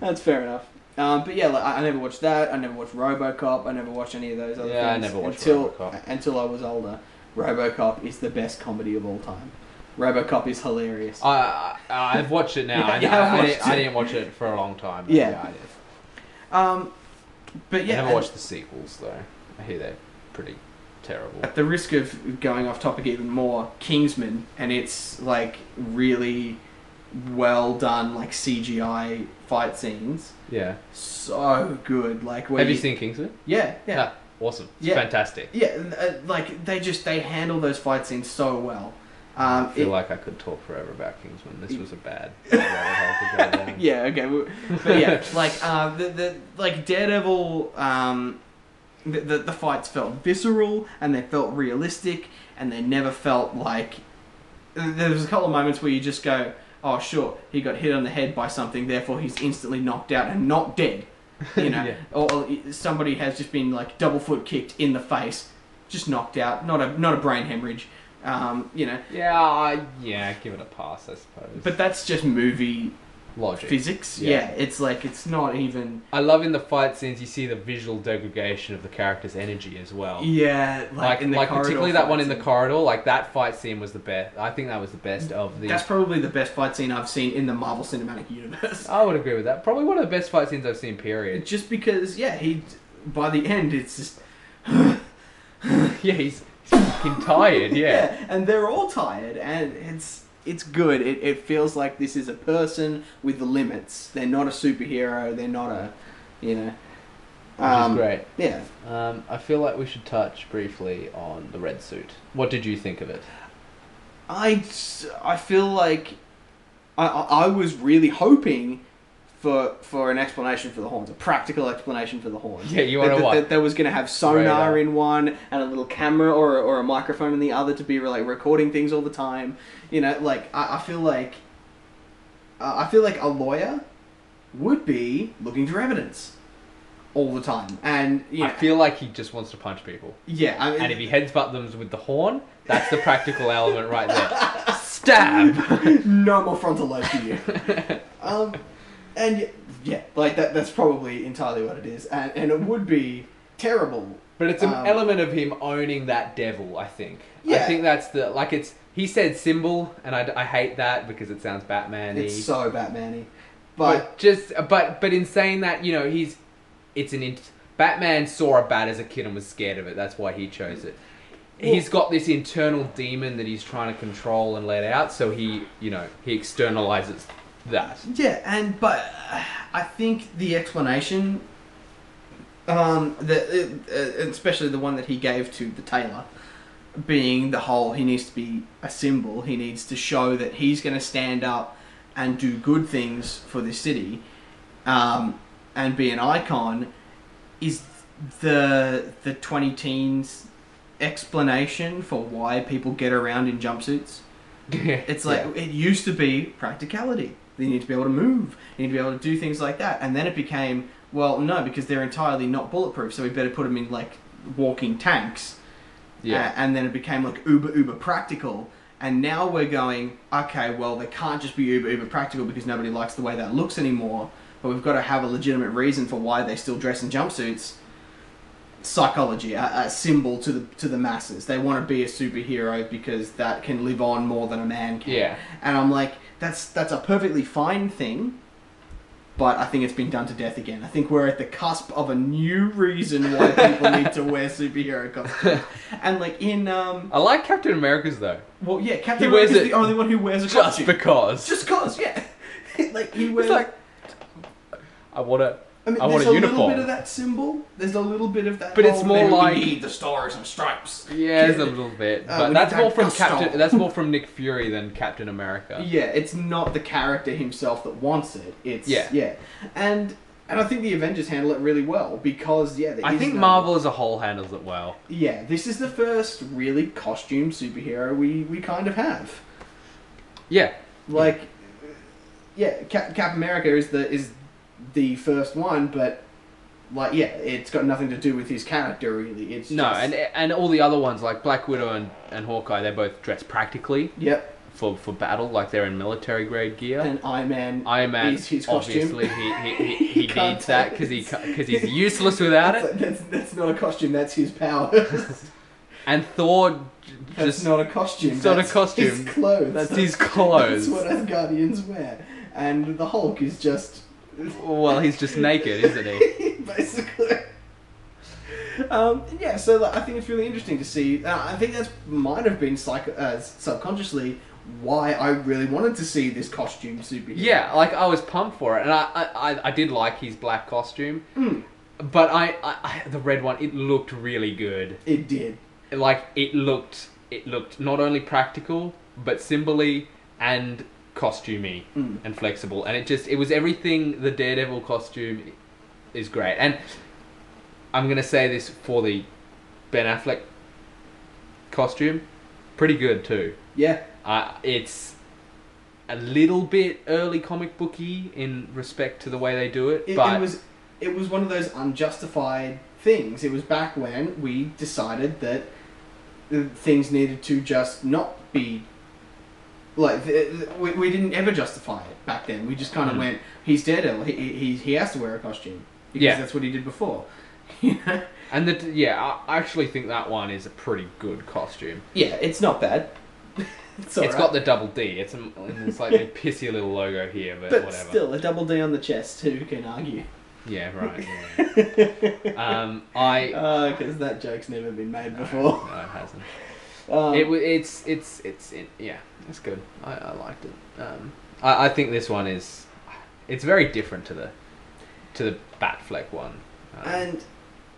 That's fair enough. Um, but yeah, like, I I never watched that. I never watched RoboCop. I never watched any of those other
Yeah, I
things
never watched
until
RoboCop.
until I was older. RoboCop is the best comedy of all time. RoboCop is
Oh.
hilarious.
I, I I've watched it now.
Yeah,
I,
you
I-
have
I
watched
didn't, I
it.
didn't watch it for a long time. but
Yeah.
yeah I did.
Um, but yeah,
I never
and-
watched the sequels though. I hear they're pretty terrible.
at the risk of going off topic even more, Kingsman, and it's like really well done, like CGI fight scenes.
Yeah.
So good, like where
Have you seen Kingsman?
Yeah, yeah,
Ah, awesome. It's
Yeah.
fantastic.
yeah. and, Uh, like they just they handle those fight scenes so well.
I
Um,
feel
it-
like I could talk forever about Kingsman. This was
[LAUGHS]
a bad. bad way to go down.
yeah, okay, we- but yeah, [LAUGHS] like uh, the the like Daredevil. Um, the, the, the fights felt visceral and they felt realistic and they never felt like there was a couple of moments where you just go, "Oh, sure, he got hit on the head by something, therefore he's instantly knocked out and not dead." You know,
[LAUGHS] Yeah.
or, or somebody has just been like double foot kicked in the face, just knocked out, not a not a brain hemorrhage. Um, you know,
Yeah, I, yeah, give it a pass, I suppose.
but that's just movie
logic.
physics.
Yeah.
yeah it's like it's not even.
I love in the fight scenes you see the visual degradation of the character's energy as well.
Yeah, like,
Like,
in the
like
corridor
particularly that
fight
one in the
scene.
corridor, like that fight scene was the best. I think that was the best of the.
That's probably the best fight scene I've seen in the Marvel Cinematic Universe.
I would agree with that. Probably one of the best fight scenes I've seen.
[LAUGHS]
Period.
Just because, yeah, he by the end it's just
yeah, he's, he's fucking tired. Yeah.
and they're all tired, and it's it's good. It it feels like this is a person with limits. They're not a superhero. They're not a, you know, um,
Which is
Yeah,
great. Um, I feel like we should touch briefly on the red suit. What did you think of it?
I s- I feel like I I I was really hoping. For, for an explanation for the horns, a practical explanation for the horns.
Yeah, you
That-
wanna
that,
what?
that there was going to have sonar
Radar.
in one and a little camera or, a- or a microphone in the other to be like recording things all the time. You know, like I, I feel like uh, I feel like a lawyer would be looking for evidence all the time, and you know,
I feel like he just wants to punch people.
yeah, I mean,
And if he heads butt them with the horn, that's the practical element right
[LAUGHS]
there. Stab.
no more frontal lobe for you. um, and y- yeah, like that. That's probably entirely what it is, and and it would be terrible.
But it's an
Um,
element of him owning that devil, I think. I
Yeah.
think that's the like it's he said symbol, and I, I hate that because it sounds Batman-y.
It's so Batman-y. but
but just but but in saying that, you know, he's it's an int- Batman saw a bat as a kid and was scared of it. That's why he chose it. he's got this internal demon that he's trying to control and let out, so he you know he externalizes that.
Yeah, and but uh, I think the explanation, um, the uh, uh, especially the one that he gave to the tailor, being the whole he needs to be a symbol. He needs to show that he's going to stand up and do good things for this city, um, and be an icon. Is the the twenty teens explanation for why people get around in jumpsuits? It's like it used to be practicality. They need to be able to move. They need to be able to do things like that. And then it became, well, no, because they're entirely not bulletproof, so we better put them in like walking tanks.
[LAUGHS] Yeah.
A- and then it became like uber uber practical. And now we're going, okay, well, they can't just be uber uber practical because nobody likes the way that looks anymore. But we've got to have a legitimate reason for why they still dress in jumpsuits. Psychology, a, a symbol to the to the masses. They want to be a superhero because that can live on more than a man can.
Yeah.
And I'm like, that's that's a perfectly fine thing. But I think it's been done to death again. I think we're at the cusp of a new reason why people need to wear
[LAUGHS]
superhero costumes. And like in um,
I like Captain America's though,
well, yeah, Captain
He wears
America's
it
the only one who wears a
just
costume.
because.
just cause, yeah. [LAUGHS] like he wears.
it's like I want a,
I
I
mean,
want
there's
a
a, little
uniform.
bit of that symbol. There's a little bit of that.
But it's
whole,
more
"Maybe we
like-
need the stars and stripes.
Yeah, it's a little bit,
Uh,
but
we
that's
need to
more
have
from
gusto.
Captain. That's more from Nick Fury than Captain America.
Yeah, it's not the character himself that wants it. It's
Yeah.
yeah, and and I think the Avengers handle it really well because yeah, there
I
is
think
no-
Marvel as a whole handles it well.
Yeah, this is the first really costume superhero we we kind of have.
Yeah,
Like, yeah, Cap, Cap America is the is the first one, but like yeah, it's got nothing to do with his character really. It's
no,
just-
and and all the other ones like Black Widow and, and Hawkeye, they're both dressed practically
yep,
for, for battle, like they're in military grade gear.
and Iron Man.
Iron Man,
is his costume.
obviously, he,
[LAUGHS]
he, he, he
can't
needs
do
that because he
it.
because he's useless without
That's,
it.
like- that's, that's not a costume. That's his power.
[LAUGHS] And Thor, j-
That's
just
not a costume.
it's not a
that's
costume.
His clothes.
That's his clothes.
That's what us guardians wear. And the Hulk is just
well, he's just naked, isn't
[LAUGHS]
he?
basically. Um, yeah, so like, I think it's really interesting to see. Uh, I think that's might have been psych- uh, subconsciously why I really wanted to see this costume superhero.
Yeah, like I was pumped for it, and I I, I- I did like his black costume,
Hmm.
but I, I I- the red one it looked really good.
it did.
Like it looked it looked not only practical but symboly and costumey
Hmm.
and flexible, and it just it was everything the Daredevil costume is great. And I'm gonna say this for the Ben Affleck costume, pretty good too.
Yeah,
Uh, it's a little bit early comic booky in respect to the way they do it,
it,
but
it was it was one of those unjustified things. It was back when we decided that uh, things needed to just not be like th- th- we, we didn't ever justify it back then. We just kind of
Mm.
went, he's Daredevil. He, he he has to wear a costume because
Yeah.
that's what he did
[LAUGHS]
before. You know?
and the yeah, I actually think that one is a pretty good costume.
yeah, it's not bad. [LAUGHS] it's
It's
alright.
got the double D.
[LAUGHS]
It's a it's like a pissy little logo here, but,
but
whatever.
still a double D on the chest. Who can argue? [LAUGHS]
Yeah, right. yeah. um,
[LAUGHS]
I
Because Uh, that joke's never been made before.
no, it hasn't.
Um,
It wa- it's it's it's it, yeah, it's good. I, I liked it. Um, I, I think this one is it's very different to the to the Batfleck one. Um,
and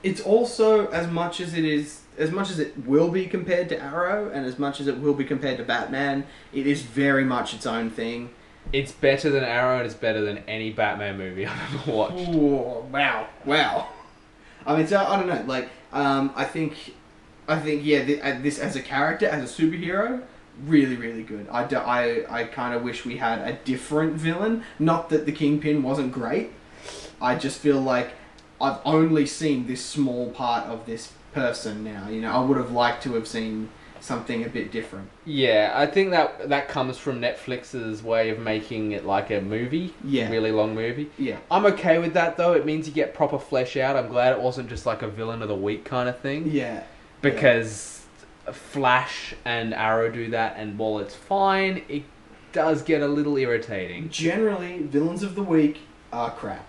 it's also as much as it is as much as it will be compared to arrow and as much as it will be compared to batman it is very much its own thing
It's better than Arrow and it's better than any Batman movie [LAUGHS] I've ever watched.
Ooh, wow wow i mean so i don't know like um, i think i think yeah th- uh, this as a character as a superhero really really good i do- i, I kind of wish we had a different villain not that the kingpin wasn't great I just feel like I've only seen this small part of this person now. You know, I would have liked to have seen something a bit different.
Yeah, I think that that comes from Netflix's way of making it like a movie,
Yeah.
really long movie.
Yeah.
I'm okay with that though. It means you get proper flesh out. I'm glad it wasn't just like a villain of the week kind of thing
Yeah.
because Flash and Arrow do that, and while it's fine, it does get a little irritating.
Generally, villains of the week are crap.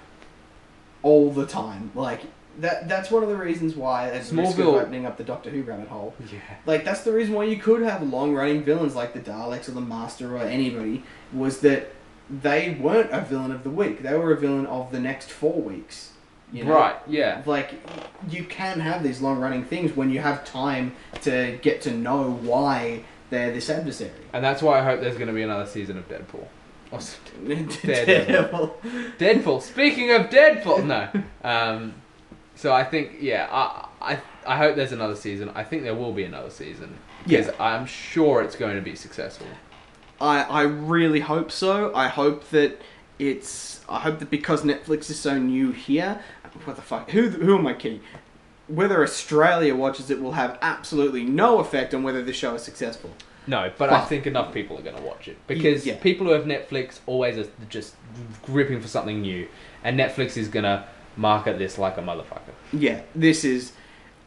All the time. Like that that's one of the reasons why as a risk of
Smallville-
opening up the Doctor Who rabbit hole.
Yeah.
Like that's the reason why you could have long running villains like the Daleks or the Master or anybody was that they weren't a villain of the week. They were a villain of the next four weeks. You know?
Right. Yeah.
like you can have these long running things when you have time to get to know why they're this adversary.
And that's why I hope there's going to be another season of Deadpool. Or s-
[LAUGHS] Daredevil.
Deadpool. Speaking of Deadpool, no. Um, so I think yeah, I, I I hope there's another season. I think there will be another season because I'm sure it's going to be successful.
I I really hope so. I hope that it's I hope that because Netflix is so new here, what the fuck? Who who am I kidding? Whether Australia watches it will have absolutely no effect on whether the show is successful.
No, but I think enough people are going to watch it because
yeah.
people who have Netflix always are just gripping for something new, and Netflix is going to market this like a motherfucker. [LAUGHS]
Yeah, this is.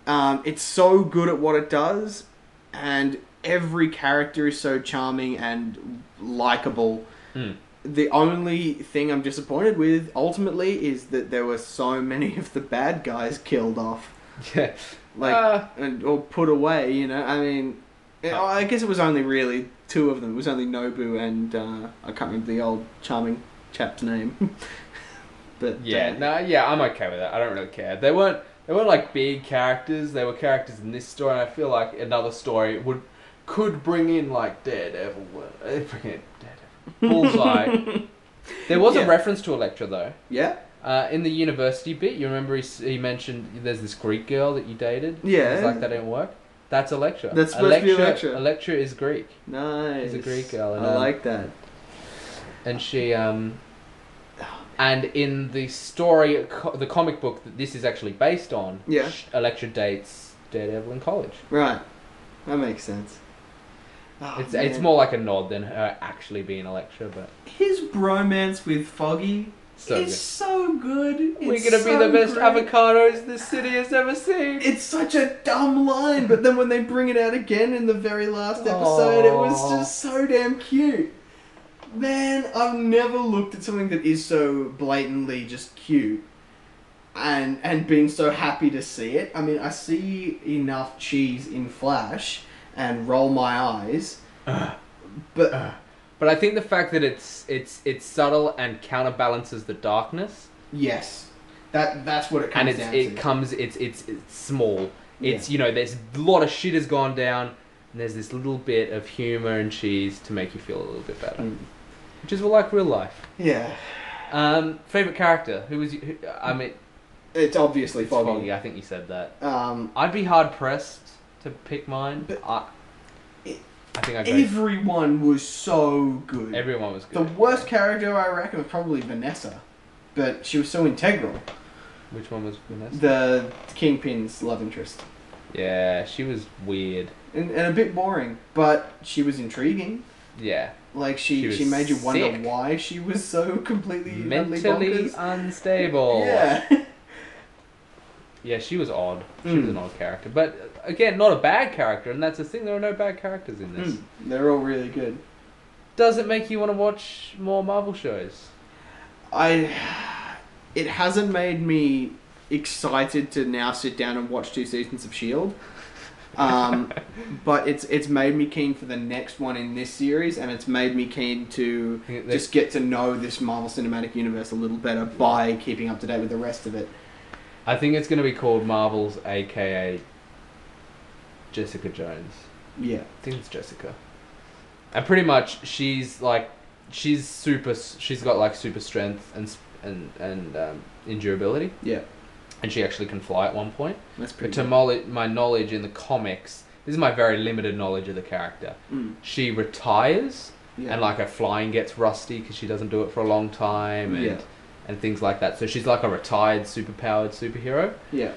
Um, it's so good at what it does, and every character is so charming and likable.
Mm.
The only thing I'm disappointed with, ultimately, is that there were so many of the bad guys killed off,
Yeah,
like
Uh.
and, or put away. You know, I mean, I-
Oh.
I guess it was only really two of them. It was only Nobu and uh, I can't remember the old charming chap's name. [LAUGHS] but
yeah,
uh,
no, yeah, I'm okay with that. I don't really care. They weren't they weren't like big characters. They were characters in this story, and I feel like another story would could bring in like Daredevil, [LAUGHS] uh,
[LAUGHS]
bring in Daredevil, Bullseye. there was
Yeah.
a reference to Elektra though.
yeah,
Uh, in the university bit, you remember he, s- he mentioned there's this Greek girl that you dated.
Yeah.
It's like that didn't work. That's Electra.
That's supposed to be Electra.
Electra is Greek,
nice.
a Greek girl, and,
I
um,
like that.
and she um, and in the story, co- the comic book that this is actually based on,
Yeah.
sh- Electra dates Daredevil in college.
Right. That makes sense. Oh,
It's
man.
it's more like a nod than her actually being Electra, but
His bromance with Foggy
So
is
good.
so good.
we're
It's
gonna
so
be the best
great.
avocados this city has ever seen.
It's such a dumb line, but
But then when they bring it out again in the very last episode, it was
Aw.
just so damn cute. Man, I've never looked at something that is so blatantly just cute. And, and been so happy to see it. I mean, I see enough cheese in Flash and roll my eyes, but
Uh. But I think the fact that it's it's it's subtle and counterbalances the darkness,
yes, that that's what it
and
comes
it's
down
it
to.
comes it's it's it's small. It's you know there's a lot of shit has gone down, and there's this little bit of humor and cheese to make you feel a little bit better,
Mm.
which is like real life.
yeah, um,
Um, favorite character? Who was? You, who, I mean,
it's obviously
it's foggy.
foggy.
I think you said that.
Um,
I'd be hard pressed to pick mine.
But-
I, I think I go.
Everyone was so good.
everyone was good.
the worst character I reckon was probably Vanessa, but she was so integral.
Which one was Vanessa?
The Kingpin's love interest.
yeah, she was weird.
And, and a bit boring, but she was intriguing.
Yeah,
Like she,
She
she,
was
made you wonder
sick.
why she was so completely utterly
mentally
bonkers.
unstable. [LAUGHS]
Yeah.
Yeah, she was odd. She was
Mm.
an odd character, but uh, again, not a bad character, and that's the thing. There are no bad characters in this.
Mm, they're all really good.
Does it make you want to watch more Marvel shows?
I it hasn't made me excited to now sit down and watch two seasons of Shield. E
[LAUGHS]
Um, but it's it's made me keen for the next one in this series, and it's made me keen to
Yeah, they-
just get to know this Marvel Cinematic Universe a little better by keeping up to date with the rest of it.
I think it's going to be called Marvel's, aka Jessica Jones.
Yeah,
I think it's Jessica, and pretty much she's like, she's super. s- She's got like super strength and s- and and um, endurability,
yeah,
and she actually can fly at one point.
that's pretty.
But to
good.
mol- my knowledge in the comics, this is my very limited knowledge of the character.
Mm,
She retires,
yeah.
and like her flying gets rusty because she doesn't do it for a long time, and
Yeah.
and things like that. So she's like a retired, superpowered superhero.
yeah,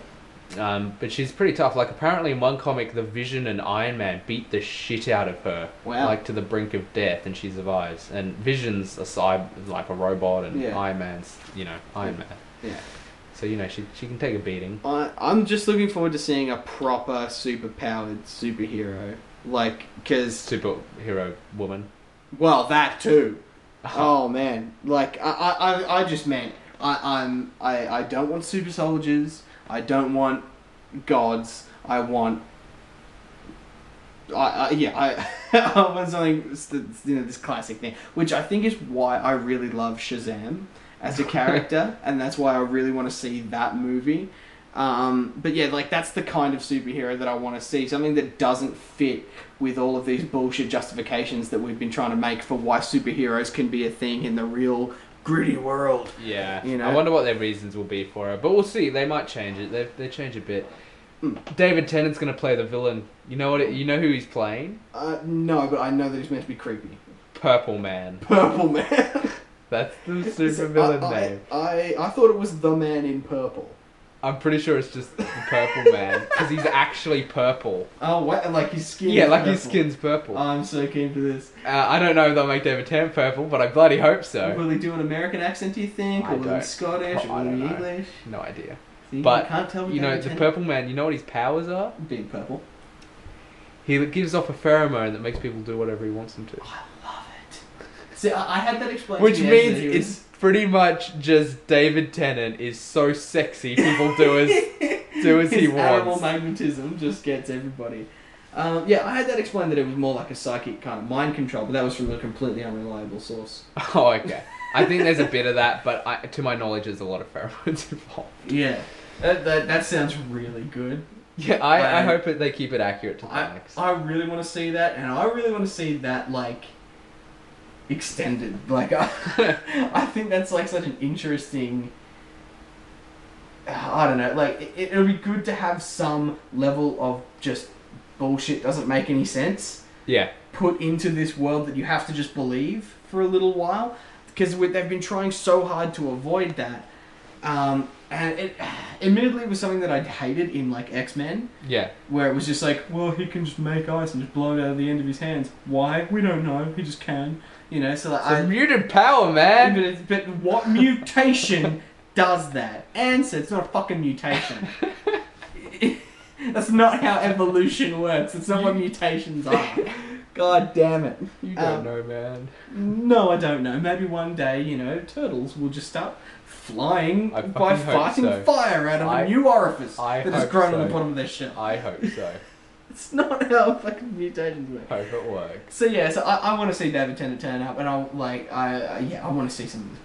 Um, but she's pretty tough. Like apparently in one comic, the Vision and Iron Man beat the shit out of her,
Wow.
like to the brink of death, and she survives. And Vision's a cyb- like a robot, and
Yeah.
Iron Man's you know Iron Man.
yeah.
So you know she she can take a beating.
I, I'm just looking forward to seeing a proper superpowered superhero, like because
Superhero woman.
Well, that too. Oh man, like I, I, I- I just meant I, I'm, I, I don't want super soldiers. I don't want gods. I want. I, I yeah I, [LAUGHS] I want something s- that's, you know this classic thing, which I think is why I really love Shazam
[LAUGHS]
as a character, and that's why I really want to see that movie. Um, but yeah, like that's the kind of superhero that I want to see. Something that doesn't fit with all of these bullshit justifications that we've been trying to make for why superheroes can be a thing in the real gritty world.
Yeah,
You
I
know?
wonder what their reasons will be for it, but we'll see. They might change it. They they change a bit. David Tennant's gonna play the villain. You know what? It, you know who he's playing?
Uh, no, but I know that it's meant to be creepy. [LAUGHS]
Purple Man.
Purple Man.
That's
[LAUGHS]
the supervillain
I, I-
name.
I, I thought it was the man in purple.
I'm pretty sure it's just the Purple Man because he's actually purple.
Oh, what? Like his skin.
Yeah,
is
like his
purple.
skin's purple. Uh,
Oh, I'm so keen for this.
I don't know if they'll make David Tennant purple, but I bloody hope so.
Will he do an American accent? Do you think,
I
or will he
don't-
be Scottish,
I
or will he
don't
be
know.
English?
No idea.
See,
But,
you can't tell. with
You know,
David [LAUGHS]
the
Tennant.
Purple Man. You know what his powers are?
[LAUGHS] being purple.
He gives off a pheromone that makes people do whatever he wants them to.
Love it. See, I, I had that explained.
Which
to me
means
actually that he
it's pretty much just David Tennant is so sexy people [LAUGHS] do
[LAUGHS]
as
was-
do as he
his Animal
wants.
magnetism just gets everybody. Um, yeah, I had that explained that it was more like a psychic kind of mind control, but that was from a completely unreliable source.
Oh okay. I think there's a bit of that, but I, to my knowledge there's a lot of pheromones [LAUGHS] involved.
Yeah, that, that, that sounds really good.
Yeah, I, I
Um,
hope that they keep it accurate to the
I,
next.
I really want to see that, and I really want to see that like extended. Like [LAUGHS] I, I think that's like such an interesting. I don't know. Like it, it'll be good to have some level of just bullshit doesn't make any sense
Yeah.
put into this world that you have to just believe for a little while because they've been trying so hard to avoid that. Um, and it, [SIGHS] admittedly, it was something that I hated in like X Men
Yeah.
where it was just like, well, he can just make ice and just blow it out of the end of his hands. Why? We don't know. He just can. You know, so like,
So
I, Um,
muted power,
but,
man.
it's- but what mutation does that? Answer: It's not a fucking mutation. [LAUGHS] That's not how evolution works. It's not what mutations are. God damn it.
You don't
Um,
know, man.
No, I don't know. Maybe one day, you know, turtles will just start flying
I
by
fucking hope
fighting
so.
fire out of a
I-
new orifice
I
that has
hope
grown on
so.
the bottom of their shell.
I hope so.
It's not how fucking mutations work.
hope it works.
So yeah, so I, I want to see David Tennant turn up, and I like I I- yeah I want to see some of this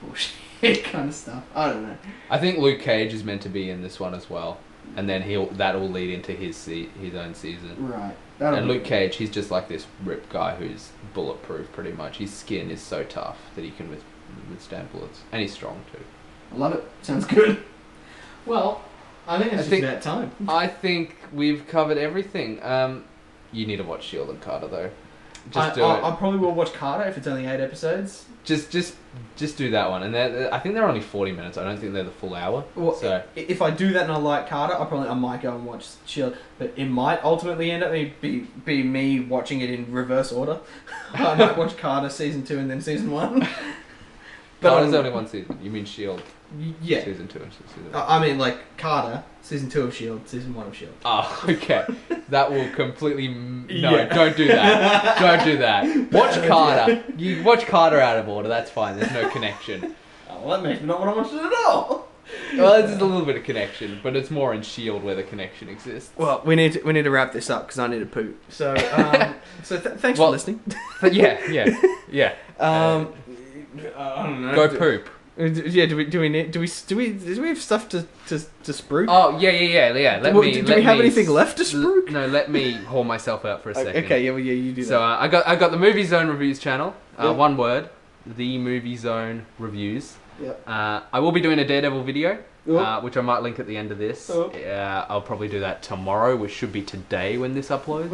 bullshit [LAUGHS] kind of stuff. I don't know.
I think Luke Cage is meant to be in this one as well, and then he'll that will lead into his se- his own season.
Right. That'll
And
be-
Luke Cage, he's just like this rip guy who's bulletproof, pretty much. His skin is so tough that he can with, withstand bullets, and he's strong too.
I love it. Sounds good. [LAUGHS] Well, I think
I
it's just
think-
about time.
I think we've covered everything. Um, you need to watch Shield E and Carter though. Just
I,
do
I,
it.
I probably will watch Carter if it's only eight episodes.
just, just, just do that one. And they're, they're- I think they're only forty minutes. I don't think they're the full hour.
Well,
so
i- if I do that and I like Carter, I probably I might go and watch Shield, but it might ultimately end up be be, be me watching it in reverse order. [LAUGHS] I might watch Carter season two and then season one. [LAUGHS]
but
I
oh, there's
will-
only one season. You mean Shield
um, yeah.
E
Uh,
season two and season. Three.
I I mean, like Carter, season two of Shield, E season one of Shield.
Oh, [LAUGHS] okay. That will completely. m- No,
Yeah.
don't do
[LAUGHS]
that. Don't do that. Watch Carter. You watch Carter out of order. That's fine. There's no connection.
Oh, well, that makes me not want to watch it at all.
Well, there's just a little bit of connection, but it's more in Shield E where the connection exists.
Well, we need to, we need to wrap this up because I need to poop. So, um, so th- thanks
Well-
for listening.
But yeah,
[LAUGHS]
yeah, yeah.
Um, I don't know.
Go
Do-
poop.
Yeah, do we do we need, do we do we do we have stuff to to, to spruik?
Oh yeah, yeah, yeah, yeah. Let
Well,
me.
do- do
let
we have
me
anything
s-
left to
l-
spruik?
No, let me haul myself out for a second.
okay, yeah, well, yeah, you do that.
So uh, I got I got the Movie Zone Reviews channel. Uh,
Yep.
One word, the Movie Zone Reviews.
Yep.
Uh, I will be doing a Daredevil video,
Yep.
uh, which I might link at the end of this.
Yep.
Uh, I'll probably do that tomorrow, which should be today when this uploads.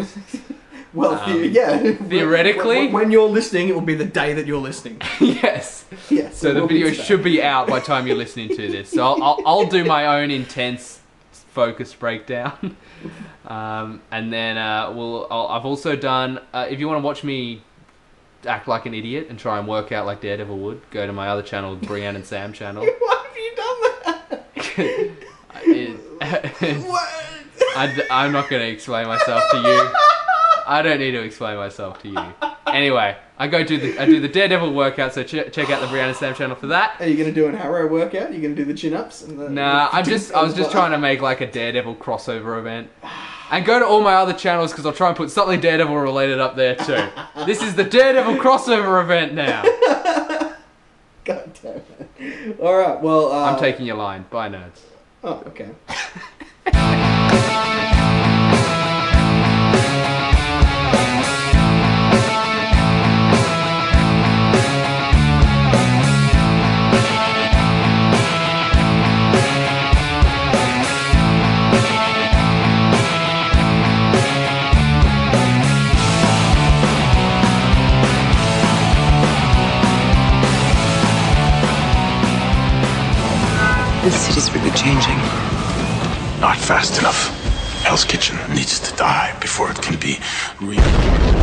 Well,
Um,
the- [LAUGHS] yeah.
theoretically-
when, when you're listening, it will be the day that you're listening.
[LAUGHS] yes.
yeah,
So the video
[LAUGHS]
should be out by the time you're listening to this. So I'll, I'll, I'll do my own intense focus breakdown. [LAUGHS] Um, and then uh, we'll, I'll, I've also done, uh, if you want to watch me act like an idiot and try and work out like Daredevil would, go to my other channel, Brianne and Sam channel.
Why have you done
It- [LAUGHS] I, am not going to explain myself to you. I don't need to explain myself to you. Anyway, I go do the I do the Daredevil workout, so ch- check out the Brianna Sam channel for that.
Are you gonna do an Harrow workout? Are you gonna do the chin ups? [LAUGHS]
Nah, I'm just I was just trying to make like a Daredevil crossover event, and go to all my other channels because I'll try and put something Daredevil related up there too. This is the Daredevil crossover event now.
God damn it! [LAUGHS] All right. Well, uh,
I'm taking your line. Bye, nerds.
Oh, okay.
that?
The city's really changing.
Not fast enough. Hell's Kitchen needs to die before it can be reborn.